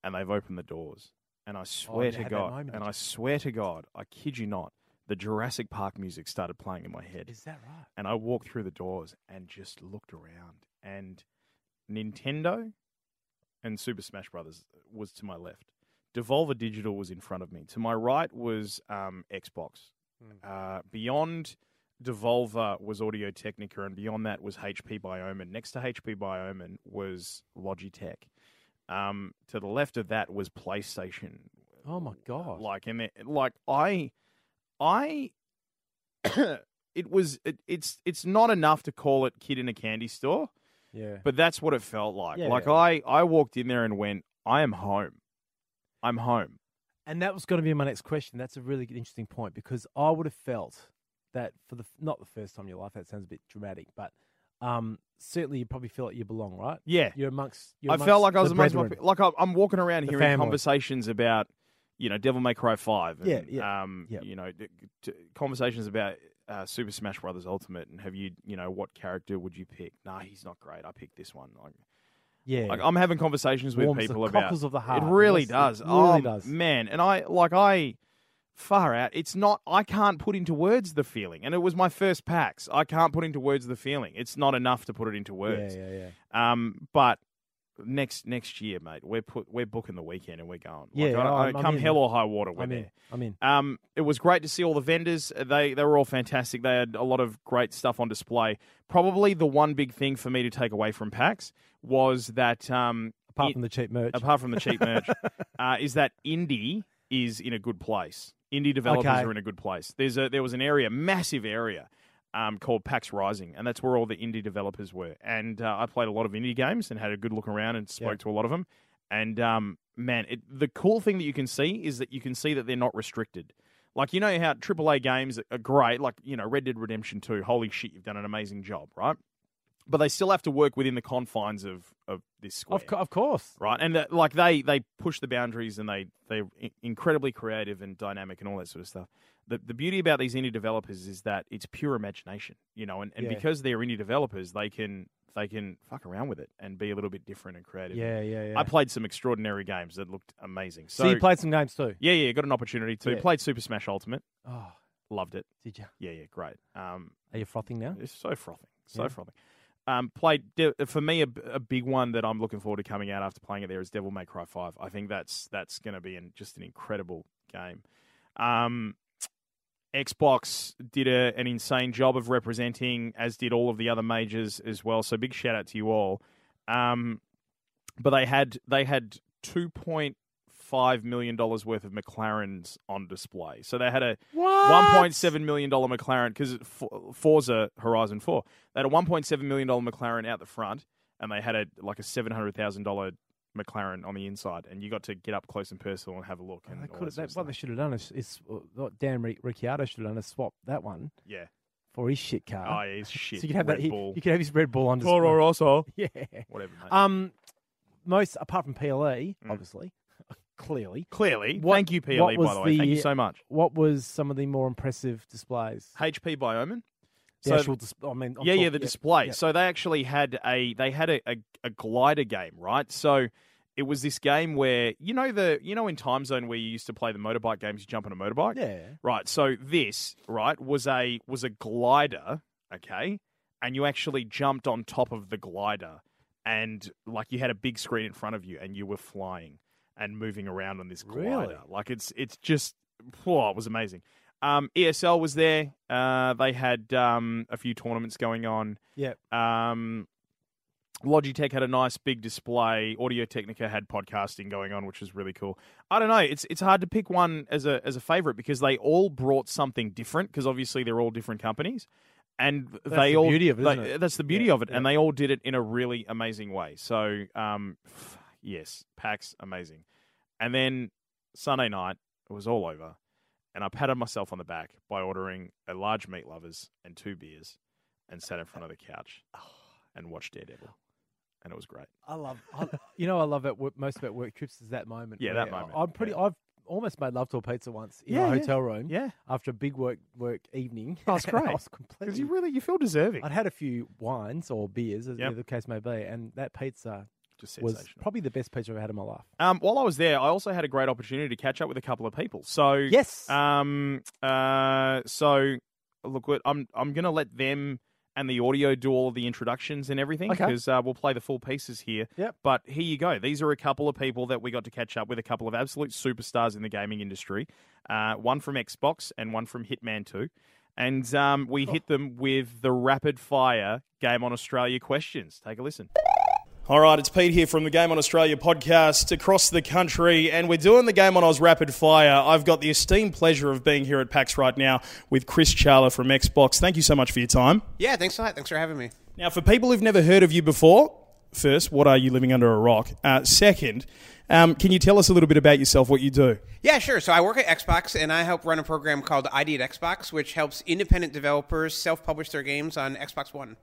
[SPEAKER 1] And they've opened the doors. And I swear
[SPEAKER 4] Oh, you
[SPEAKER 1] to
[SPEAKER 4] had that
[SPEAKER 1] God,
[SPEAKER 4] moment, did
[SPEAKER 1] and
[SPEAKER 4] you?
[SPEAKER 1] I swear to God, I kid you not, the Jurassic Park music started playing in my head
[SPEAKER 4] Is that right?
[SPEAKER 1] and I walked through the doors and just looked around, and Nintendo and Super Smash Brothers was to my left. Devolver Digital was in front of me. To my right was um, Xbox. Uh, beyond Devolver was Audio Technica, and beyond that was HP Bioman. Next to HP Bioman was Logitech. Um, to the left of that was PlayStation.
[SPEAKER 4] Oh my god.
[SPEAKER 1] Like and it, like I, I, it was it, it's it's not enough to call it kid in a candy store,
[SPEAKER 4] Yeah.
[SPEAKER 1] But that's what it felt like.
[SPEAKER 4] Yeah.
[SPEAKER 1] Like I, I walked in there and went, I am home. I'm home.
[SPEAKER 4] And that was going to be my next question. That's a really good- interesting point because I would have felt that for the not the first time in your life. That sounds a bit dramatic, but um, certainly you probably feel like you belong, right?
[SPEAKER 1] Yeah.
[SPEAKER 4] You're amongst. You're
[SPEAKER 1] I
[SPEAKER 4] amongst
[SPEAKER 1] felt like I
[SPEAKER 4] the
[SPEAKER 1] was amongst my,
[SPEAKER 4] brethren.
[SPEAKER 1] like I- I'm walking around
[SPEAKER 4] The
[SPEAKER 1] hearing
[SPEAKER 4] family.
[SPEAKER 1] conversations about, you know, Devil May Cry Five. And,
[SPEAKER 4] Yeah, yeah,
[SPEAKER 1] Um,
[SPEAKER 4] yeah.
[SPEAKER 1] You know, d- t- conversations about uh, Super Smash Brothers Ultimate and have you, you know, what character would you pick? Nah, he's not great. I picked this one. Like,
[SPEAKER 4] Yeah.
[SPEAKER 1] Like I'm having conversations with
[SPEAKER 4] Warms the
[SPEAKER 1] people about
[SPEAKER 4] cockles of the heart.
[SPEAKER 1] It really does.
[SPEAKER 4] That's- it really
[SPEAKER 1] oh,
[SPEAKER 4] does.
[SPEAKER 1] man. And I like I far out. It's not. I can't put into words the feeling. And it was my first PAX. I can't put into words the feeling. It's not enough to put it into
[SPEAKER 4] yeah,
[SPEAKER 1] words.
[SPEAKER 4] yeah, yeah.
[SPEAKER 1] Um, but next next year, mate, we're put we're booking the weekend and we're going.
[SPEAKER 4] Yeah,
[SPEAKER 1] like, I- I,
[SPEAKER 4] I'm- I'm
[SPEAKER 1] come
[SPEAKER 4] in.
[SPEAKER 1] hell or high water, we're
[SPEAKER 4] I'm
[SPEAKER 1] there.
[SPEAKER 4] in. I'm in.
[SPEAKER 1] Um, it was great to see all the vendors. Uh, They they were all fantastic. They had a lot of great stuff on display. Probably the one big thing for me to take away from PAX was that um,
[SPEAKER 4] Apart
[SPEAKER 1] it-
[SPEAKER 4] from the cheap merch.
[SPEAKER 1] apart from the cheap merch, uh, is that indie is in a good place. Indie developers
[SPEAKER 4] Okay.
[SPEAKER 1] are in a good place. There's a there was an area, massive area, um, called PAX Rising, and that's where all the indie developers were. And uh, I played a lot of indie games and had a good look around and spoke
[SPEAKER 4] Yeah.
[SPEAKER 1] to a lot of them. And um, man, it, the cool thing that you can see is that you can see that they're not restricted. Like you know how AAA games are great, like you know Red Dead Redemption Two. Holy shit, you've done an amazing job, right? But they still have to work within the confines of, of this square
[SPEAKER 4] of, co- of course.
[SPEAKER 1] right? And that, like they they push the boundaries and they they're i- incredibly creative and dynamic and all that sort of stuff. The the beauty about these indie developers is that it's pure imagination, you know, and, and
[SPEAKER 4] Yeah.
[SPEAKER 1] because they're indie developers, they can they can fuck around with it and be a little bit different and creative.
[SPEAKER 4] Yeah, yeah, yeah.
[SPEAKER 1] I played some extraordinary games that looked amazing. So,
[SPEAKER 4] so you played some games too.
[SPEAKER 1] yeah, yeah, got an opportunity to
[SPEAKER 4] Yeah.
[SPEAKER 1] played Super Smash Ultimate,
[SPEAKER 4] Oh,
[SPEAKER 1] loved it.
[SPEAKER 4] did you?
[SPEAKER 1] Yeah, yeah, great. Um,
[SPEAKER 4] Are you frothing now?
[SPEAKER 1] it's so frothing, so
[SPEAKER 4] Yeah.
[SPEAKER 1] frothing. Um, played de- for me a, a big one that I'm looking forward to coming out after playing it there is Devil May Cry Five. I think that's that's going to be an, just an incredible game. Um, Xbox did a, an insane job of representing, as did all of the other majors as well. So big shout out to you all. Um, but they had they had two point five million dollars worth of McLarens on display. So they had a one point seven million dollar McLaren because Forza Horizon Four. They had a one point seven million dollar McLaren out the front, and they had a like a seven hundred thousand dollar McLaren on the inside, and you got to get up close and personal and have a look. And
[SPEAKER 4] Oh, They
[SPEAKER 1] all
[SPEAKER 4] could
[SPEAKER 1] that sort
[SPEAKER 4] that,
[SPEAKER 1] of
[SPEAKER 4] what they
[SPEAKER 1] stuff.
[SPEAKER 4] should have done is, is uh, what Dan Ri- Ricciardo should have done is swap that one
[SPEAKER 1] yeah.
[SPEAKER 4] for his shit car.
[SPEAKER 1] Oh, yeah, it's shit.
[SPEAKER 4] So you could have
[SPEAKER 1] Red
[SPEAKER 4] that. He,
[SPEAKER 1] Bull.
[SPEAKER 4] you could have his Red Bull on display.
[SPEAKER 1] Toro Rosso.
[SPEAKER 4] Yeah.
[SPEAKER 1] Whatever. Mate.
[SPEAKER 4] Um, most apart from PLE,
[SPEAKER 1] Mm.
[SPEAKER 4] obviously, clearly.
[SPEAKER 1] Clearly,
[SPEAKER 4] what-
[SPEAKER 1] thank you, PLE.
[SPEAKER 4] what
[SPEAKER 1] by
[SPEAKER 4] was
[SPEAKER 1] the way, thank you
[SPEAKER 4] the-
[SPEAKER 1] so much.
[SPEAKER 4] What was some of the more impressive displays?
[SPEAKER 1] HP Bioman.
[SPEAKER 4] The
[SPEAKER 1] So-
[SPEAKER 4] actual dis- I mean, I'm
[SPEAKER 1] yeah, yeah,
[SPEAKER 4] talking-
[SPEAKER 1] the display.
[SPEAKER 4] yeah.
[SPEAKER 1] So they actually had a they had a, a, a glider game, right? So it was this game where you know the you know in time zone where you used to play the motorbike games, you jump on a motorbike.
[SPEAKER 4] Yeah.
[SPEAKER 1] Right. So this right was a was a glider, okay, and you actually jumped on top of the glider, and like you had a big screen in front of you, and you were flying and moving around on this glider.
[SPEAKER 4] Really?
[SPEAKER 1] Like it's it's just, oh, it was amazing. Um, ESL was there. Uh, they had um, a few tournaments going on.
[SPEAKER 4] Yep.
[SPEAKER 1] Um, Logitech had a nice big display. Audio Technica had podcasting going on, which was really cool. I don't know. It's it's hard to pick one as a as a favorite because they all brought something different. Because obviously they're all different companies, and they
[SPEAKER 4] the
[SPEAKER 1] all
[SPEAKER 4] beauty of it,
[SPEAKER 1] they-
[SPEAKER 4] isn't it?
[SPEAKER 1] That's the beauty
[SPEAKER 4] Yeah,
[SPEAKER 1] of it, and they all did it in a really amazing way. So, um, f- yes, PAX amazing, and then Sunday night it was all over, and I patted myself on the back by ordering a large meat lovers and two beers, and sat in front of the couch and watched Daredevil, and it was great.
[SPEAKER 4] I love, I, you know, I love at work, most about work trips is that moment.
[SPEAKER 1] Yeah, that
[SPEAKER 4] where I-
[SPEAKER 1] moment,
[SPEAKER 4] I'm pretty.
[SPEAKER 1] yeah.
[SPEAKER 4] I've almost made love to a pizza once in
[SPEAKER 1] Yeah,
[SPEAKER 4] a
[SPEAKER 1] yeah.
[SPEAKER 4] hotel room
[SPEAKER 1] Yeah,
[SPEAKER 4] after a big work work evening.
[SPEAKER 1] That's
[SPEAKER 4] And I
[SPEAKER 1] great.
[SPEAKER 4] was
[SPEAKER 1] because
[SPEAKER 4] completely.
[SPEAKER 1] you really you feel deserving.
[SPEAKER 4] I'd had a few wines or beers, as
[SPEAKER 1] Yep.
[SPEAKER 4] the case may be, and that pizza
[SPEAKER 1] Just
[SPEAKER 4] was
[SPEAKER 1] sensational.
[SPEAKER 4] probably the best pizza I've had in my life.
[SPEAKER 1] Um, while I was there, I also had a great opportunity to catch up with a couple of people. So
[SPEAKER 4] Yes.
[SPEAKER 1] um, uh, so look, what- I'm I'm gonna let them and the audio do all of the introductions and everything
[SPEAKER 4] Okay.
[SPEAKER 1] because uh, we'll play the full pieces here.
[SPEAKER 4] Yep.
[SPEAKER 1] But here you go. These are a couple of people that we got to catch up with, a couple of absolute superstars in the gaming industry. Uh, one from Xbox and one from Hitman Two. And um, we hit them with the rapid fire game on Australia questions. Take a listen. All right, it's Pete here from the Game on Australia podcast across the country, and we're doing the Game on Oz Rapid Fire. I've got the esteemed pleasure of being here at PAX right now with Chris Charla from Xbox. Thank you so much for your time.
[SPEAKER 5] Yeah, thanks a lot. Thanks for having me. Now, for people who've never heard of you before, first, what are you living under a rock? Uh, second, um, can you tell us a little bit about yourself, what you do?
[SPEAKER 6] Yeah, sure. So I work at Xbox and I help run a program called ID at Xbox, which helps independent developers self publish their games on Xbox One.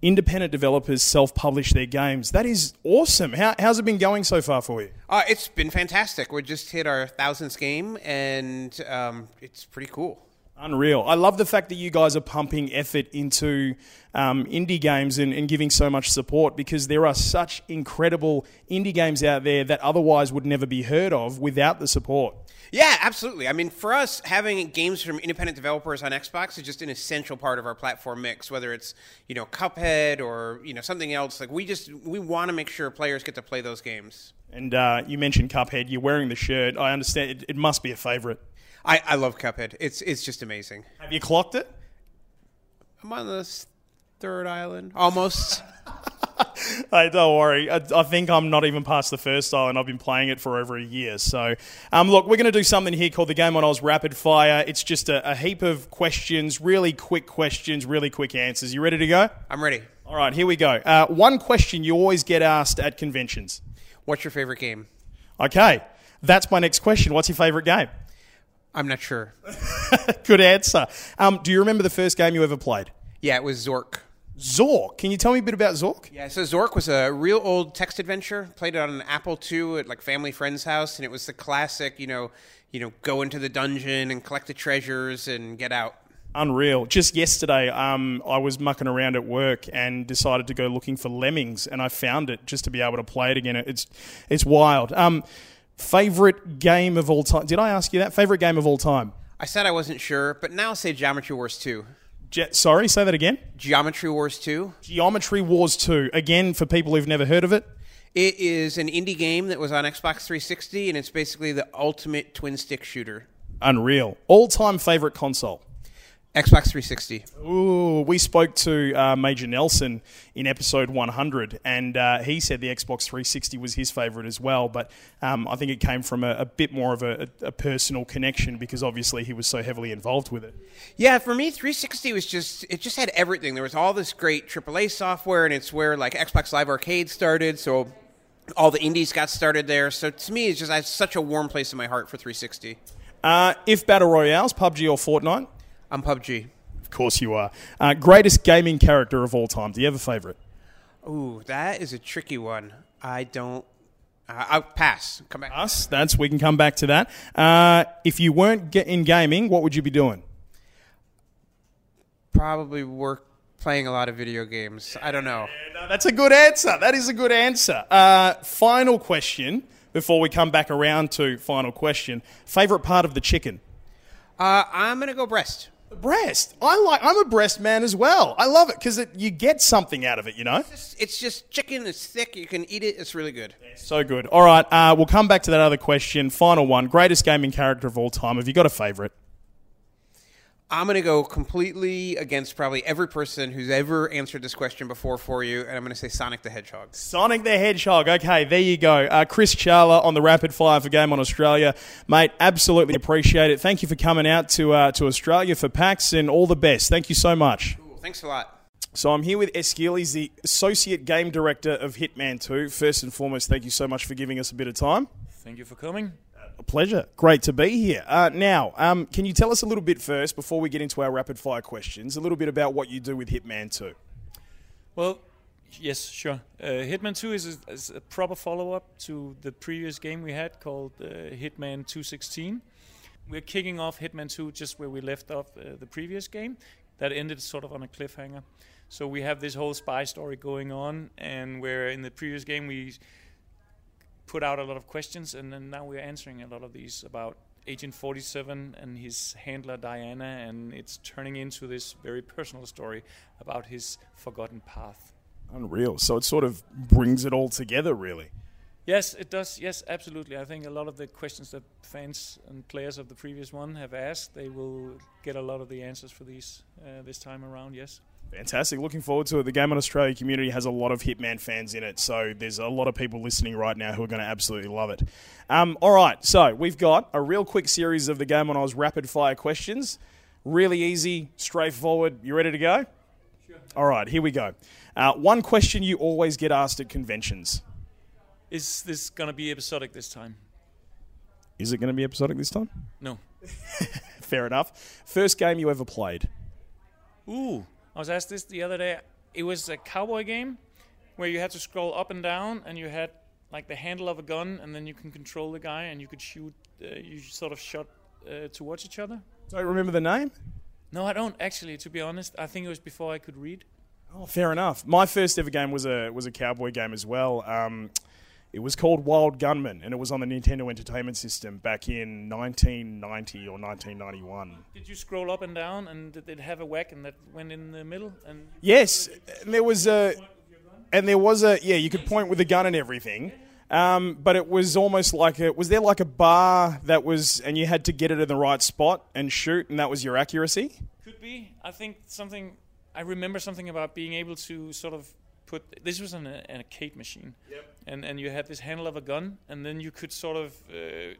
[SPEAKER 5] Independent developers self publish their games. That is awesome. How, how's it been going so far for you?
[SPEAKER 6] Uh, it's been fantastic. We just hit our thousandth game and um, it's pretty cool.
[SPEAKER 5] Unreal. I love the fact that you guys are pumping effort into um, indie games and, and giving so much support because there are such incredible indie games out there that otherwise would never be heard of without the support.
[SPEAKER 6] Yeah, absolutely. I mean, for us, having games from independent developers on Xbox is just an essential part of our platform mix. Whether it's you know Cuphead or you know something else, like we just we want to make sure players get to play those games.
[SPEAKER 5] And uh, you mentioned Cuphead. You're wearing the shirt. I understand it, it must be a favourite.
[SPEAKER 6] I, I love Cuphead. It's it's just amazing.
[SPEAKER 5] Have you clocked it?
[SPEAKER 6] I'm on this third island almost.
[SPEAKER 5] hey, don't worry. I, I think I'm not even past the first island. I've been playing it for over a year. So, um, look, we're going to do something here called the Game on Oz Rapid Fire. It's just a, a heap of questions, really quick questions, really quick answers. You ready to go?
[SPEAKER 6] I'm ready.
[SPEAKER 5] All right, here we go. Uh, one question you always get asked at conventions.
[SPEAKER 6] What's your favorite game?
[SPEAKER 5] Okay, that's my next question. What's your favourite game?
[SPEAKER 6] I'm not sure.
[SPEAKER 5] Good answer. Um, do you remember the first game you ever played?
[SPEAKER 6] Yeah, it was Zork.
[SPEAKER 5] Zork. Can you tell me a bit about Zork?
[SPEAKER 6] Yeah, so Zork was a real old text adventure. Played it on an Apple II at like family friend's house, and it was the classic, you know, you know, go into the dungeon and collect the treasures and get out.
[SPEAKER 5] Unreal. Just yesterday, um, I was mucking around at work and decided to go looking for lemmings, and I found it just to be able to play it again. It's it's wild. Um, favorite game of all time? Did I ask you that? Favorite game of all time?
[SPEAKER 6] I said I wasn't sure, but now I'll say Geometry Wars 2.
[SPEAKER 5] Je- Sorry, say that again.
[SPEAKER 6] Geometry Wars 2.
[SPEAKER 5] Geometry Wars 2. Again, for people who've never heard of it,
[SPEAKER 6] It is an indie game that was on Xbox 360, and it's basically the ultimate twin stick shooter.
[SPEAKER 5] unreal. All time favorite console.
[SPEAKER 6] Xbox 360.
[SPEAKER 5] Ooh, we spoke to uh, Major Nelson in episode 100, and uh, he said the Xbox 360 was his favorite as well. But um, I think it came from a, a bit more of a, a a personal connection because obviously he was so heavily involved with it.
[SPEAKER 6] Yeah, for me, 360 was just it just had everything. There was all this great AAA software, and it's where like Xbox Live Arcade started. So all the indies got started there. So to me, it's just I have such a warm place in my heart for 360.
[SPEAKER 5] Uh, if Battle Royales, PUBG or Fortnite?
[SPEAKER 6] I'm PUBG.
[SPEAKER 5] Of course you are. Uh, greatest gaming character of all time. Do you have a favorite?
[SPEAKER 6] Ooh, that is a tricky one. I don't. I I'll pass. Come back.
[SPEAKER 5] Us. That's we can come back to that. Uh, if you weren't get in gaming, what would you be doing?
[SPEAKER 6] Probably work playing a lot of video games. I don't know.
[SPEAKER 5] uh, That's a good answer. That is a good answer. Uh, final question before we come back around to final question. Favorite part of the chicken?
[SPEAKER 6] Uh, I'm gonna go breast.
[SPEAKER 5] The breast. I like. I'm a breast man as well. I love it because it, you get something out of it. You know.
[SPEAKER 6] It's just chicken. It's thick. You can eat it. It's really good.
[SPEAKER 5] So good. All right. Uh, we'll come back to that other question. Final one. Greatest gaming character of all time. Have you got a favorite?
[SPEAKER 6] I'm going to go completely against probably every person who's ever answered this question before for you, and I'm going to say Sonic the Hedgehog.
[SPEAKER 5] Sonic the Hedgehog. Okay, there you go. Uh, Chris Charla on the rapid fire for Game on Australia, mate. Absolutely appreciate it. Thank you for coming out to uh, to Australia for PAX and all the best. Thank you so much.
[SPEAKER 6] Cool. Thanks a lot.
[SPEAKER 5] So I'm here with Eskiel. He's the associate game director of Hitman 2. First and foremost, thank you so much for giving us a bit of time.
[SPEAKER 7] Thank you for coming.
[SPEAKER 5] A pleasure. Great to be here. Uh, now, um, can you tell us a little bit first before we get into our rapid fire questions? A little bit about what you do with Hitman 2.
[SPEAKER 7] Well, yes, sure. Uh, Hitman 2 is a, is a proper follow up to the previous game we had called uh, Hitman 216. We're kicking off Hitman 2 just where we left off uh, the previous game. That ended sort of on a cliffhanger. So we have this whole spy story going on, and where in the previous game we put out a lot of questions, and then now we're answering a lot of these about Agent 47 and his handler Diana, and it's turning into this very personal story about his forgotten path.
[SPEAKER 5] Unreal. So it sort of brings it all together, really.
[SPEAKER 7] Yes, it does. Yes, absolutely. I think a lot of the questions that fans and players of the previous one have asked, they will get a lot of the answers for these uh, this time around. Yes.
[SPEAKER 5] Fantastic. Looking forward to it. The Game on Australia community has a lot of Hitman fans in it, so there's a lot of people listening right now who are going to absolutely love it. Um, all right, so we've got a real quick series of the Game on Oz rapid fire questions. Really easy, straightforward. You ready to go? All right, here we go. Uh, one question you always get asked at conventions.
[SPEAKER 7] Is this gonna be episodic this time?
[SPEAKER 5] Is it going to be episodic this time?
[SPEAKER 7] No.
[SPEAKER 5] Fair enough. First game you ever played.
[SPEAKER 7] Ooh, I was asked this the other day. It was a cowboy game where you had to scroll up and down, and you had like the handle of a gun, and then you can control the guy, and you could shoot. Uh, you sort of shot uh, towards each other.
[SPEAKER 5] Don't remember the name?
[SPEAKER 7] No, I don't actually. To be honest, I think it was before I could read.
[SPEAKER 5] Oh, fair enough. My first ever game was a was a cowboy game as well. Um, it was called Wild Gunman, and it was on the Nintendo Entertainment System back in 1990 or 1991.
[SPEAKER 7] Did you scroll up and down, and did it have a whack, and that went in the middle? And
[SPEAKER 5] Yes, and there was a, and there was a yeah. You could point with a gun and everything, um, but it was almost like a was there like a bar that was, and you had to get it in the right spot and shoot, and that was your accuracy.
[SPEAKER 7] Could be. I think something. I remember something about being able to sort of put. This was an, an arcade machine. Yep. And and you had this handle of a gun, and then you could sort of uh,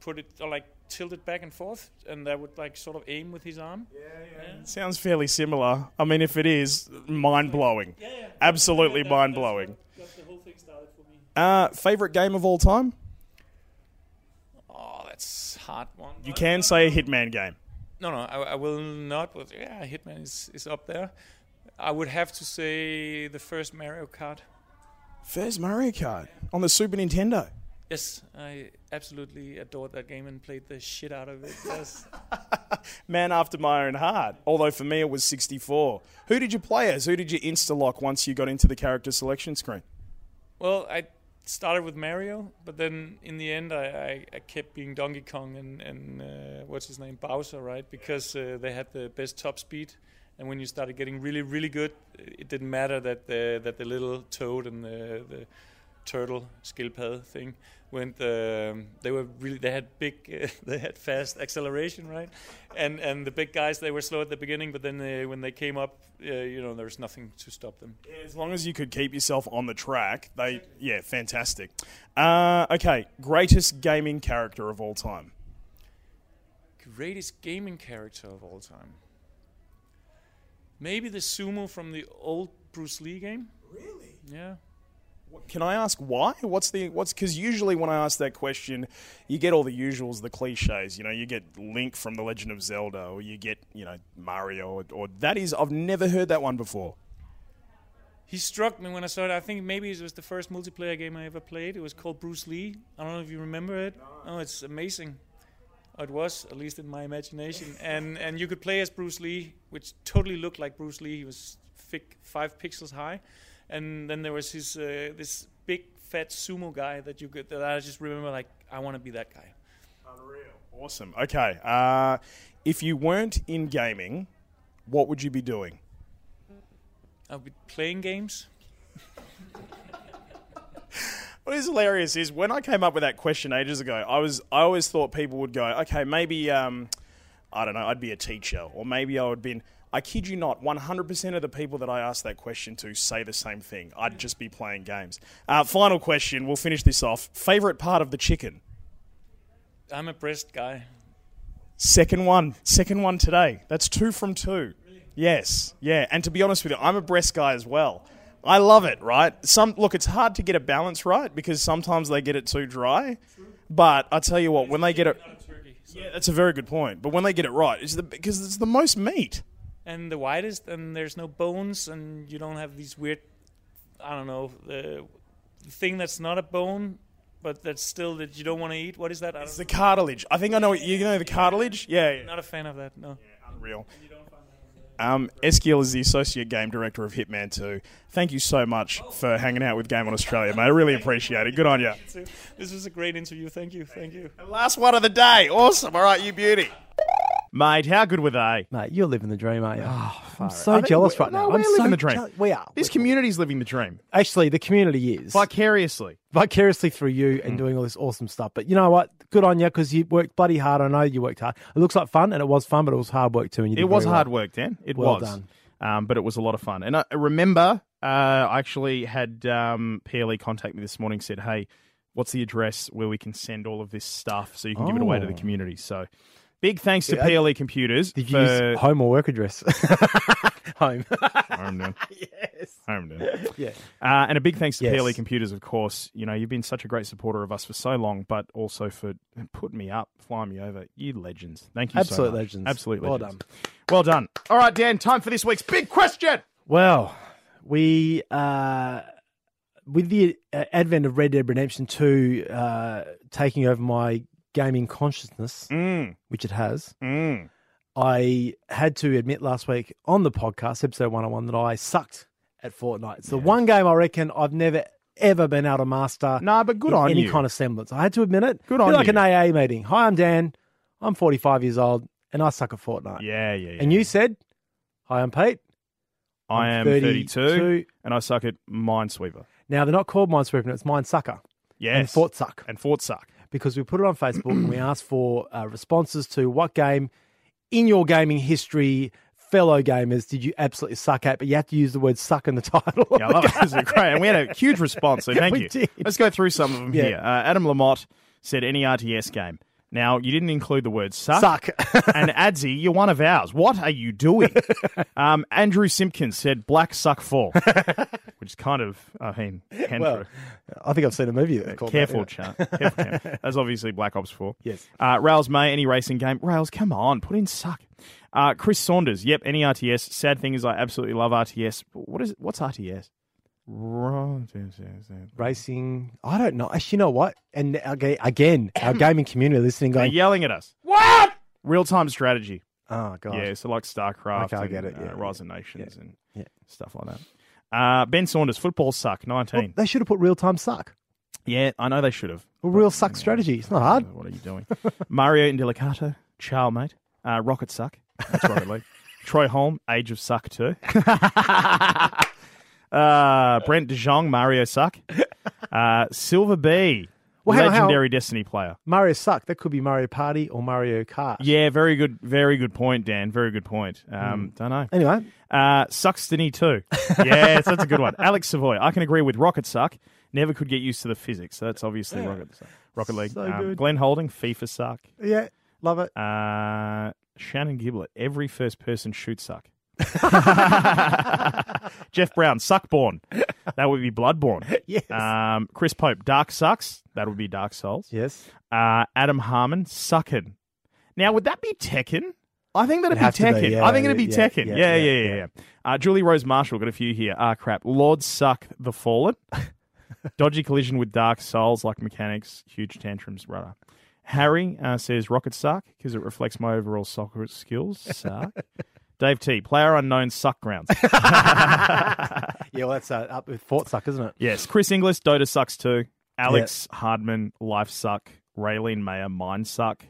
[SPEAKER 7] put it or like tilt it back and forth, and that would like sort of aim with his arm. Yeah.
[SPEAKER 5] Sounds fairly similar. I mean, if it is, mind blowing. Absolutely mind blowing.
[SPEAKER 7] Got the whole thing started for me.
[SPEAKER 5] Uh, favorite game of all time?
[SPEAKER 7] Oh, that's a hard one.
[SPEAKER 5] You can say a Hitman game.
[SPEAKER 7] No, no, I, I will not. But yeah, Hitman is is up there. I would have to say the first Mario Kart.
[SPEAKER 5] First Mario Kart on the Super Nintendo.
[SPEAKER 7] Yes, I absolutely adored that game and played the shit out of it. Yes.
[SPEAKER 5] Man after my own heart. Although for me it was 64. Who did you play as? Who did you insta lock once you got into the character selection screen?
[SPEAKER 7] Well, I started with Mario, but then in the end, I, I, I kept being Donkey Kong and, and uh, what's his name? Bowser, right? Because uh, they had the best top speed. And when you started getting really, really good, it didn't matter that the, that the little toad and the, the turtle skillpad thing went. Um, they were really they had big, uh, they had fast acceleration, right? And and the big guys they were slow at the beginning, but then they, when they came up, uh, you know, there was nothing to stop them.
[SPEAKER 5] As long as you could keep yourself on the track, they yeah, fantastic. Uh, okay, greatest gaming character of all time.
[SPEAKER 7] greatest gaming character of all time. Maybe the sumo from the old Bruce Lee game. Really? Yeah.
[SPEAKER 5] Can I ask why? What's the what's because usually when I ask that question, you get all the usuals, the cliches. You know, you get Link from The Legend of Zelda, or you get you know Mario, or, or that is I've never heard that one before.
[SPEAKER 7] He struck me when I saw it. I think maybe it was the first multiplayer game I ever played. It was called Bruce Lee. I don't know if you remember it. Oh, it's amazing. Oh, It was, at least in my imagination. and and you could play as Bruce Lee, which totally looked like Bruce Lee. He was thick, five pixels high. And then there was his uh, this big fat sumo guy that you could that I just remember like I want to be that guy.
[SPEAKER 5] Awesome. Okay, uh, if you weren't in gaming, what would you be doing?
[SPEAKER 7] I'll be playing games.
[SPEAKER 5] What is hilarious is when I came up with that question ages ago, I was I always thought people would go, okay, maybe um, I don't know, I'd be a teacher, or maybe I would been. I kid you not, 100% of the people that I asked that question to say the same thing. I'd just be playing games. Uh, final question, we'll finish this off. Favorite part of the chicken?
[SPEAKER 7] I'm a breast guy.
[SPEAKER 5] Second one, second one today. That's two from two. Yes, yeah. And to be honest with you, I'm a breast guy as well. I love it, right? Some look, it's hard to get a balance right because sometimes they get it too dry. But I tell you what, when they get it, yeah, that's a very good point. But when they get it right, it's the because it's the most meat.
[SPEAKER 7] and the widest, and there's no bones, and you don't have these weird, I don't know, the thing that's not a bone, but that's still that you don't want to eat. What is that? I don't
[SPEAKER 5] It's the cartilage. I think I know. You know the cartilage? Yeah, yeah.
[SPEAKER 7] not a fan of that. No.
[SPEAKER 5] Unreal. Um, Eskiel is the associate game director of Hitman 2. Thank you so much for hanging out with Game on Australia, mate. I really appreciate it. Good on you.
[SPEAKER 7] So, This was a great interview. Thank you. Thank you.
[SPEAKER 1] Last one of the day. Awesome. All right, you beauty. Mate, how good were they?
[SPEAKER 4] Mate, you're living the dream, aren't you? Oh, I'm
[SPEAKER 1] I
[SPEAKER 4] so
[SPEAKER 1] think
[SPEAKER 4] jealous
[SPEAKER 1] we-
[SPEAKER 4] right
[SPEAKER 1] no,
[SPEAKER 4] now.
[SPEAKER 1] we're
[SPEAKER 4] I'm so
[SPEAKER 1] living the dream.
[SPEAKER 4] jeal- we are.
[SPEAKER 1] This
[SPEAKER 4] We-
[SPEAKER 1] community's living the dream
[SPEAKER 4] Actually, the community is
[SPEAKER 1] vicariously.
[SPEAKER 4] vicariously through you and doing all this awesome stuff. But you know what? Good on you because you worked bloody hard. I know you worked hard. It looks like fun, and it was fun, but it was hard work too. And you did
[SPEAKER 1] It was
[SPEAKER 4] very well.
[SPEAKER 1] hard work, Dan. It
[SPEAKER 4] Well
[SPEAKER 1] was.
[SPEAKER 4] done.
[SPEAKER 1] Um, but it was a lot of fun. And I I remember, uh, I actually had um, PLE contact me this morning, said, hey, what's the address where we can send all of this stuff so you can give it away to the
[SPEAKER 4] Oh.
[SPEAKER 1] community? So big thanks to PLE E Computers.
[SPEAKER 4] Did you
[SPEAKER 1] for-
[SPEAKER 4] use home or work address? home.
[SPEAKER 5] Home down.
[SPEAKER 4] yes.
[SPEAKER 5] Home down.
[SPEAKER 4] Yeah.
[SPEAKER 5] Uh, and a big thanks to
[SPEAKER 4] Yes.
[SPEAKER 1] E
[SPEAKER 5] PLE Computers, of course. You know, you've been such a great supporter of us for so long, but also for putting me up, flying me over. You legends. Thank you so
[SPEAKER 4] Absolute
[SPEAKER 5] much.
[SPEAKER 4] legends.
[SPEAKER 5] Absolute
[SPEAKER 4] Well
[SPEAKER 5] legends. Well done. All right, Dan, time for this week's big question.
[SPEAKER 4] Well, we uh, with the uh, advent of Red Dead Redemption Two uh, taking over my gaming consciousness,
[SPEAKER 5] Mm.
[SPEAKER 4] which it has, I had to admit last week on the podcast, episode one hundred and one, that I sucked at Fortnite. It's the one game I reckon I've never ever been able to master.
[SPEAKER 5] Nah, but good
[SPEAKER 4] in
[SPEAKER 5] on
[SPEAKER 4] any
[SPEAKER 5] you.
[SPEAKER 4] kind of semblance. I had to admit it.
[SPEAKER 5] Good
[SPEAKER 4] Be
[SPEAKER 5] on
[SPEAKER 4] like an
[SPEAKER 5] you.
[SPEAKER 4] AA meeting. Hi, I'm Dan. I'm 45 years old, and I suck at Fortnite.
[SPEAKER 5] Yeah, yeah, yeah.
[SPEAKER 4] And you said, "Hi, I'm Pete."
[SPEAKER 5] I am
[SPEAKER 4] I'm
[SPEAKER 5] 32,
[SPEAKER 4] 32.
[SPEAKER 5] and I suck at Minesweeper.
[SPEAKER 4] Now they're not called Minesweeper, it's Mine Sucker
[SPEAKER 5] Yes.
[SPEAKER 4] and Fort Suck
[SPEAKER 5] And Fort Suck.
[SPEAKER 4] because we put it on Facebook and we asked for uh, responses to what game in your gaming history, fellow gamers, did you absolutely suck at? But you had to use the word "suck" in the title. of
[SPEAKER 5] Yeah, I
[SPEAKER 4] the
[SPEAKER 5] love it.
[SPEAKER 4] game.
[SPEAKER 5] This is great. And we had a huge response, so thank
[SPEAKER 4] We
[SPEAKER 5] you.
[SPEAKER 4] did.
[SPEAKER 5] Let's go through some of them
[SPEAKER 4] Yeah.
[SPEAKER 5] here. Uh, Adam Lamotte said, any RTS game. Now, you didn't include the word suck.
[SPEAKER 4] Suck.
[SPEAKER 5] and Adzi, you're one of ours. What are you doing? um, Andrew Simpkins said, black suck fall, which is kind of, I mean, can
[SPEAKER 4] well, I think I've seen a movie that's called that,
[SPEAKER 5] Careful,
[SPEAKER 4] yeah.
[SPEAKER 5] chat. Careful, chat. That's obviously Black Ops 4.
[SPEAKER 4] Yes.
[SPEAKER 5] Uh, Rails May, any racing game. Rails, come on, put in suck. Uh, Chris Saunders, yep, any RTS. Sad thing is, I absolutely love RTS. What is what's RTS?
[SPEAKER 4] Racing. I don't know. Actually, you know what? And aga- again, our gaming community listening,
[SPEAKER 5] They're
[SPEAKER 4] going,
[SPEAKER 5] yelling at us. What? Real time strategy.
[SPEAKER 4] "Oh God,
[SPEAKER 5] Yeah, so like StarCraft
[SPEAKER 4] Okay, I
[SPEAKER 5] and
[SPEAKER 4] get it, yeah,
[SPEAKER 5] uh, Rise of Nations and
[SPEAKER 4] yeah.
[SPEAKER 5] stuff like that. Uh, ben Saunders, football suck, 19.
[SPEAKER 4] Well, they should have put real time suck
[SPEAKER 5] yeah, I know they should have.
[SPEAKER 4] or real suck strategy. It's not hard.
[SPEAKER 5] What are you doing? Mario Indelicato, Chow Mate, uh, Rocket Suck. That's Rocket League. Troy Holm, Age of Suck too. uh, Brent De Jong, Mario Suck. Uh, Silver B,
[SPEAKER 4] Well, hang on, hang on.
[SPEAKER 5] legendary Destiny player.
[SPEAKER 4] Mario suck. That could be Mario Party or Mario Kart.
[SPEAKER 5] Yeah, very good, very good point, Dan. Very good point. Um, Don't know.
[SPEAKER 4] Hmm. Anyway,
[SPEAKER 5] Uh, Suckstiny too. Yes, that's a good one. Alex Savoy, I can agree with Rocket Suck. Never could get used to the physics. So that's obviously Rocket Suck. Rocket League.
[SPEAKER 4] So
[SPEAKER 5] um,
[SPEAKER 4] good.
[SPEAKER 5] Glenn Holding, FIFA Suck.
[SPEAKER 4] yeah, love it.
[SPEAKER 5] Uh, Shannon Giblet, every first person shoot suck. Jeff Brown, Suckborn. That would be Bloodborne.
[SPEAKER 4] Yes.
[SPEAKER 5] Um, Chris Pope, Dark Sucks. That would be Dark Souls.
[SPEAKER 4] Yes.
[SPEAKER 5] Uh, Adam Harmon, Suckin. Now, would that be Tekken? I think that'd
[SPEAKER 4] It'd
[SPEAKER 5] be
[SPEAKER 4] have to be,
[SPEAKER 5] Tekken.
[SPEAKER 4] yeah,
[SPEAKER 5] I think it'd be
[SPEAKER 4] yeah,
[SPEAKER 5] Tekken.
[SPEAKER 4] yeah,
[SPEAKER 5] Yeah, yeah,
[SPEAKER 4] yeah,
[SPEAKER 5] yeah. yeah, Uh, Julie Rose Marshall, got a few here. Ah, crap. Lord Suck the Fallen. Dodgy collision with Dark Souls, like mechanics. Huge tantrums, brother. Harry uh, says Rocket Suck because it reflects my overall soccer skills. Suck. Dave T, Player Unknown Suck Grounds.
[SPEAKER 4] Yeah, well, that's uh, up with Fort Suck, isn't it?
[SPEAKER 5] Yes, Chris Inglis, Dota sucks too. Alex Hardman, Life Suck. Raylene Mayer, Mind Suck.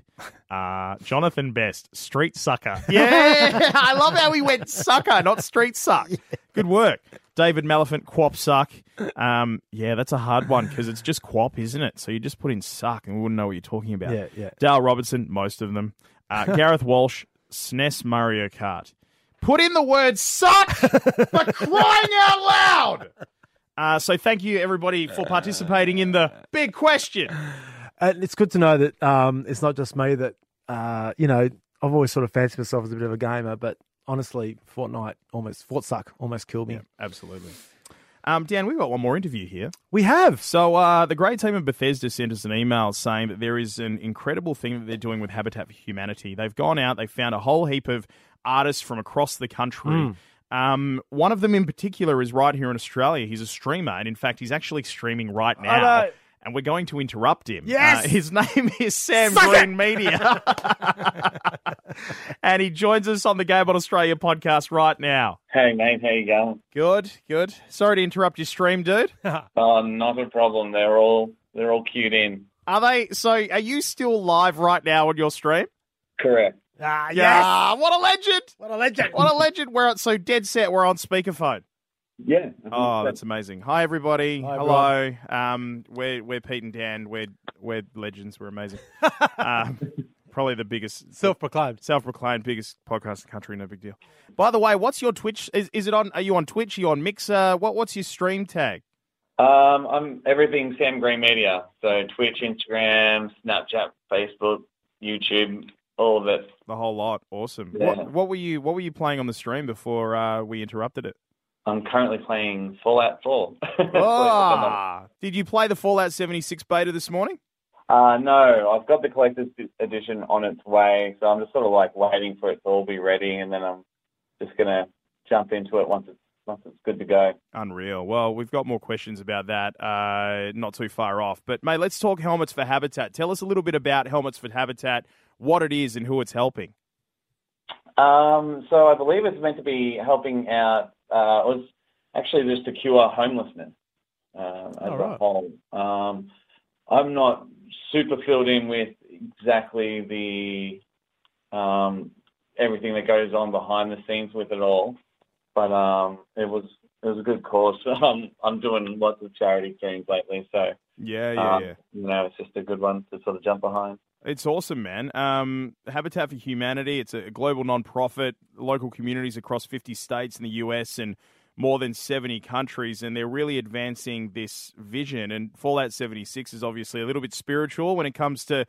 [SPEAKER 5] Uh, Jonathan Best, Street Sucker. Yeah, I love how he went sucker, not street suck. Good work. David Malefant, Quop Suck. Um, yeah, that's a hard one because it's just Quop, isn't it? So you just put in suck and we wouldn't know what you're talking about.
[SPEAKER 4] Yeah, yeah.
[SPEAKER 5] Dale Robertson, most of them. Uh, Gareth Walsh, SNES Mario Kart. Put in the word suck for crying out loud. Uh, so thank you everybody for participating in the big question.
[SPEAKER 4] And Uh, it's good to know that um, it's not just me that uh, you know. I've always sort of fancied myself as a bit of a gamer, but honestly, Fortnite almost Fort Suck almost killed me.
[SPEAKER 5] Absolutely. Um, Dan, we've got one more interview here.
[SPEAKER 4] We have
[SPEAKER 5] So uh, the great team at Bethesda sent us an email saying that there is an incredible thing that they're doing with Habitat for Humanity. They've gone out, they've found a whole heap of artists from across the country.
[SPEAKER 4] Hmm.
[SPEAKER 5] Um, one of them in particular is right here in Australia. He's a streamer, and in fact, he's actually streaming right now.
[SPEAKER 4] know.
[SPEAKER 5] And we're going to interrupt him.
[SPEAKER 4] Yes!
[SPEAKER 5] Uh, his name is Sam
[SPEAKER 4] Suck it!
[SPEAKER 5] Green Media. and he joins us on the Game on Australia podcast right now.
[SPEAKER 8] Hey mate, how you going?
[SPEAKER 5] Good, good. Sorry to interrupt your stream, dude.
[SPEAKER 8] Oh, not a problem. They're all they're all queued in.
[SPEAKER 5] Are they? So, are you still live right now on your stream?
[SPEAKER 8] Correct.
[SPEAKER 4] ah,
[SPEAKER 5] Yeah. What a legend!
[SPEAKER 4] What a legend!
[SPEAKER 5] What a legend! We're on, so dead set. We're on speakerphone.
[SPEAKER 8] Yeah.
[SPEAKER 5] Oh, that's amazing. Hi, everybody.
[SPEAKER 4] Hi,
[SPEAKER 5] Hello. Um, we're we're Pete and Dan. We're we're legends. We're amazing. um, probably the biggest
[SPEAKER 4] Self-proclaimed.
[SPEAKER 5] self-proclaimed biggest podcast in the country. No big deal. By the way, what's your Twitch? Is, is it on? Are you on Twitch? Are you on Mixer? What what's your stream tag?
[SPEAKER 8] Um, I'm everything Sam Green Media. So Twitch, Instagram, Snapchat, Facebook, YouTube, all of it.
[SPEAKER 1] The whole lot. Awesome.
[SPEAKER 8] Yeah.
[SPEAKER 1] What, what were you What were you playing on the stream before uh, we interrupted it?
[SPEAKER 8] I'm currently playing Fallout 4.
[SPEAKER 1] Ah, did you play the Fallout 76 beta this morning?
[SPEAKER 8] Uh, no, I've got the collector's edition on its way, so I'm just sort of like waiting for it to all be ready, and then I'm just gonna jump into it once it's once it's good to go.
[SPEAKER 1] Unreal. Well, we've got more questions about that. Uh, not too far off, but mate, let's talk helmets for habitat. Tell us a little bit about helmets for habitat, what it is, and who it's helping.
[SPEAKER 8] Um, so I believe it's meant to be helping out. Uh, it was actually just to cure homelessness uh, as a
[SPEAKER 4] right.
[SPEAKER 8] whole. Um, I'm not super filled in with exactly the um, everything that goes on behind the scenes with it all, but um, it was it was a good cause. I'm I'm doing lots of charity things lately, so
[SPEAKER 1] Yeah, yeah,
[SPEAKER 8] um,
[SPEAKER 1] yeah.
[SPEAKER 8] you know it's just a good one to sort of jump behind.
[SPEAKER 1] It's awesome, man. Um, Habitat for Humanity, it's a global nonprofit, local communities across 50 states in the US and more than 70 countries, and they're really advancing this vision. And Fallout 76 is obviously a little bit spiritual when it comes to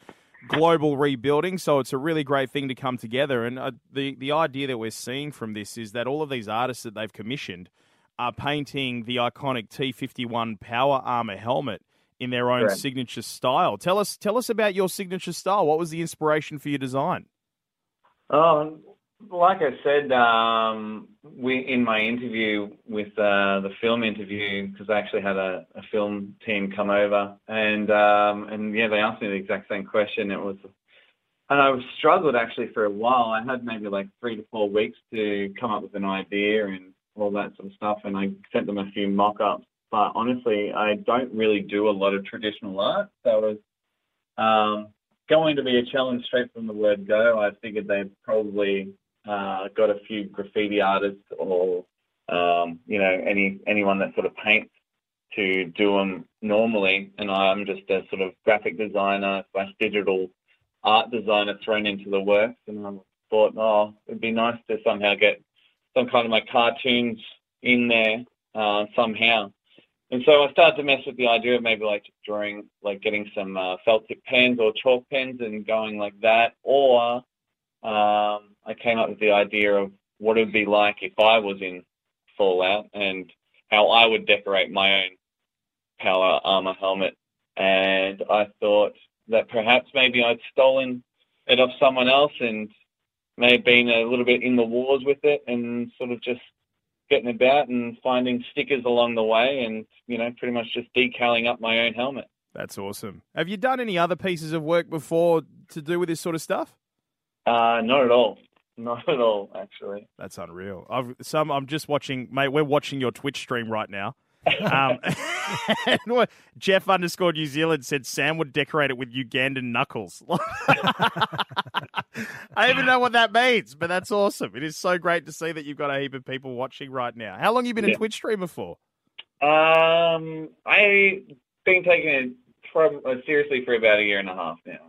[SPEAKER 1] global rebuilding, so it's a really great thing to come together. And uh, the, the idea that we're seeing from this is that all of these artists that they've commissioned are painting the iconic T fifty one power armor helmet in their own
[SPEAKER 8] Correct.
[SPEAKER 1] signature style. Tell us tell us about your signature style. What was the inspiration for your design?
[SPEAKER 8] Oh, like I said, um, we in my interview with uh, the film interview because I actually had a, a film team come over and um, and yeah, they asked me the exact same question. It was, and I struggled actually for a while. I had maybe like three to four weeks to come up with an idea and all that sort of stuff, and I sent them a few mock-ups. But honestly, I don't really do a lot of traditional art, so it was. Um, going to be a challenge straight from the word go. I figured they've probably uh, got a few graffiti artists or um, you know any anyone that sort of paints to do them normally, and I'm just a sort of graphic designer slash digital art designer thrown into the works, and I thought, oh, it'd be nice to somehow get some kind of my cartoons in there uh, somehow. And so I started to mess with the idea of maybe like drawing, like getting some uh, felt tip pens or chalk pens and going like that. Or um, I came up with the idea of what it would be like if I was in Fallout and how I would decorate my own power armor helmet. And I thought that perhaps maybe I'd stolen it off someone else and may have been a little bit in the wars with it and sort of just getting about and finding stickers along the way and, you know, pretty much just decaling up my own helmet.
[SPEAKER 1] That's awesome. Have you done any other pieces of work before to do with this sort of stuff?
[SPEAKER 8] Uh, not at all. Not at all, actually.
[SPEAKER 1] That's unreal. I've some I'm just watching mate, we're watching your Twitch stream right now. Um, and what- Jeff underscore New Zealand said Sam would decorate it with Ugandan knuckles. I don't even know what that means, but that's awesome. It is so great to see that you've got a heap of people watching right now. How long you been a
[SPEAKER 8] Yeah.
[SPEAKER 1] Twitch streamer for?
[SPEAKER 8] Um, I've been taking it prob- uh, seriously for about a year and a half now.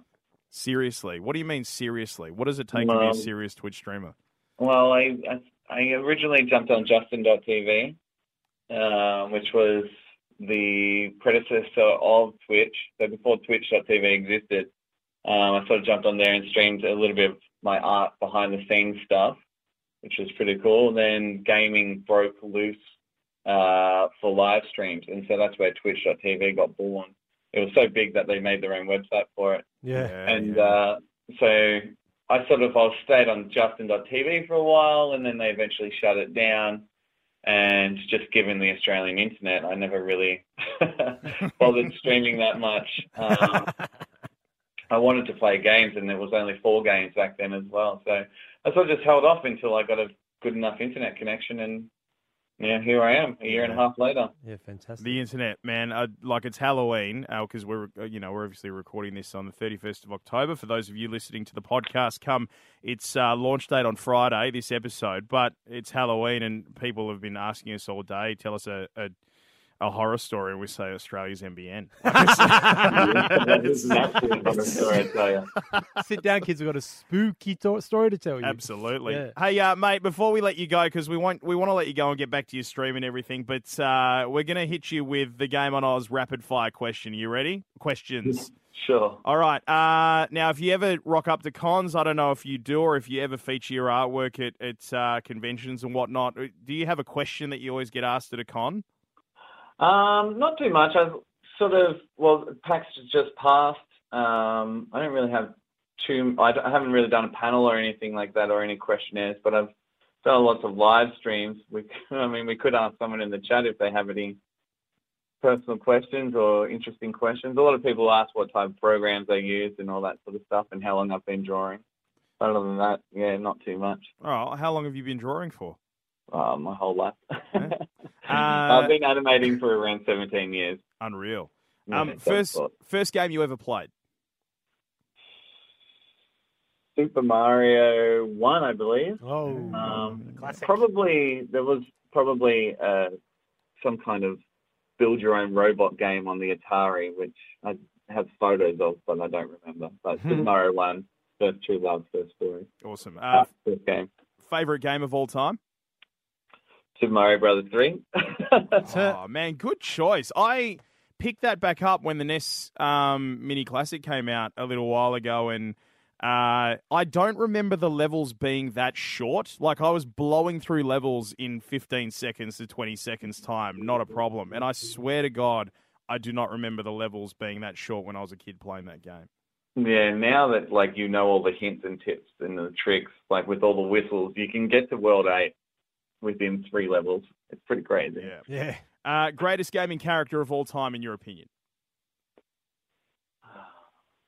[SPEAKER 1] Seriously, what do you mean seriously? What does it take to be a
[SPEAKER 8] Um,
[SPEAKER 1] serious Twitch streamer?
[SPEAKER 8] Well, I, I, I originally jumped on Justin.tv, uh, which was the predecessor of Twitch. So before Twitch.tv existed, um, I sort of jumped on there and streamed a little bit of my art behind the scenes stuff, which was pretty cool. Then gaming broke loose uh, for live streams, and so that's where Twitch.tv got born. It was so big that they made their own website for it
[SPEAKER 4] Yeah.
[SPEAKER 8] and
[SPEAKER 1] yeah.
[SPEAKER 8] uh, so I sort of I stayed on Justin.tv for a while, and then they eventually shut it down. And just given the Australian internet, I never really bothered streaming that much. Um, I wanted to play games, and there was only four games back then as well. So I sort of just held off until I got a good enough internet connection, and yeah, here I am, a year and a half later.
[SPEAKER 4] Yeah, fantastic.
[SPEAKER 1] The internet, man. Uh, like it's Halloween because we're uh, you know we're obviously recording this on the 31st of October. For those of you listening to the podcast, come it's uh, launch date on Friday this episode, but it's Halloween and people have been asking us all day. Tell us a. a a horror story, and we say Australia's MBN.
[SPEAKER 8] That's exactly what I'm sorry to tell you.
[SPEAKER 4] Sit down, kids. We've got a spooky to- story to tell you.
[SPEAKER 1] Absolutely.
[SPEAKER 4] Yeah.
[SPEAKER 1] Hey, uh, mate, before we let you go, because we want we want to let you go and get back to your stream and everything, but uh, we're gonna hit you with the game on Oz rapid fire question. Are you ready? Questions.
[SPEAKER 8] Sure.
[SPEAKER 1] All right. Uh, now, if you ever rock up to cons, I don't know if you do or if you ever feature your artwork at, at uh, conventions and whatnot. uh, Do you have a question that you always get asked at a con?
[SPEAKER 8] Um, not too much. I've sort of well, PAX just passed. Um, I don't really have too. I, don't- I haven't really done a panel or anything like that or any questionnaires, but I've done lots of live streams. We, I mean, we could ask someone in the chat if they have any personal questions or interesting questions. A lot of people ask what type of programs I use and all that sort of stuff, and how long I've been drawing. But other than that, yeah, not too much.
[SPEAKER 1] All right. How long have you been drawing for?
[SPEAKER 8] Uh, my whole life.
[SPEAKER 1] Uh,
[SPEAKER 8] I've been animating for around 17 years.
[SPEAKER 1] unreal.
[SPEAKER 8] Yeah,
[SPEAKER 1] Um,
[SPEAKER 8] that's
[SPEAKER 1] first,
[SPEAKER 8] what-
[SPEAKER 1] first game you ever played?
[SPEAKER 8] Super Mario 1, I believe.
[SPEAKER 4] Oh,
[SPEAKER 8] Um,
[SPEAKER 9] Classic.
[SPEAKER 8] Probably, there was probably uh, some kind of build your own robot game on the Atari, which I have photos of, but I don't remember. But Super Mario 1, first true love, first story.
[SPEAKER 1] Awesome. Hmm. Uh,
[SPEAKER 8] Uh, first game.
[SPEAKER 1] favorite game of all time?
[SPEAKER 8] Super Mario Brothers 3.
[SPEAKER 1] Oh man, good choice. I picked that back up when the NES um, Mini Classic came out a little while ago, and uh, I don't remember the levels being that short. Like I was blowing through levels in 15 seconds to 20 seconds time, not a problem. And I swear to God, I do not remember the levels being that short when I was a kid playing that game.
[SPEAKER 8] Yeah, now that like you know all the hints and tips and the tricks, like with all the whistles, you can get to World Eight within three levels. It's pretty crazy.
[SPEAKER 1] Yeah.
[SPEAKER 4] yeah.
[SPEAKER 1] Uh, greatest gaming character of all time, in your opinion?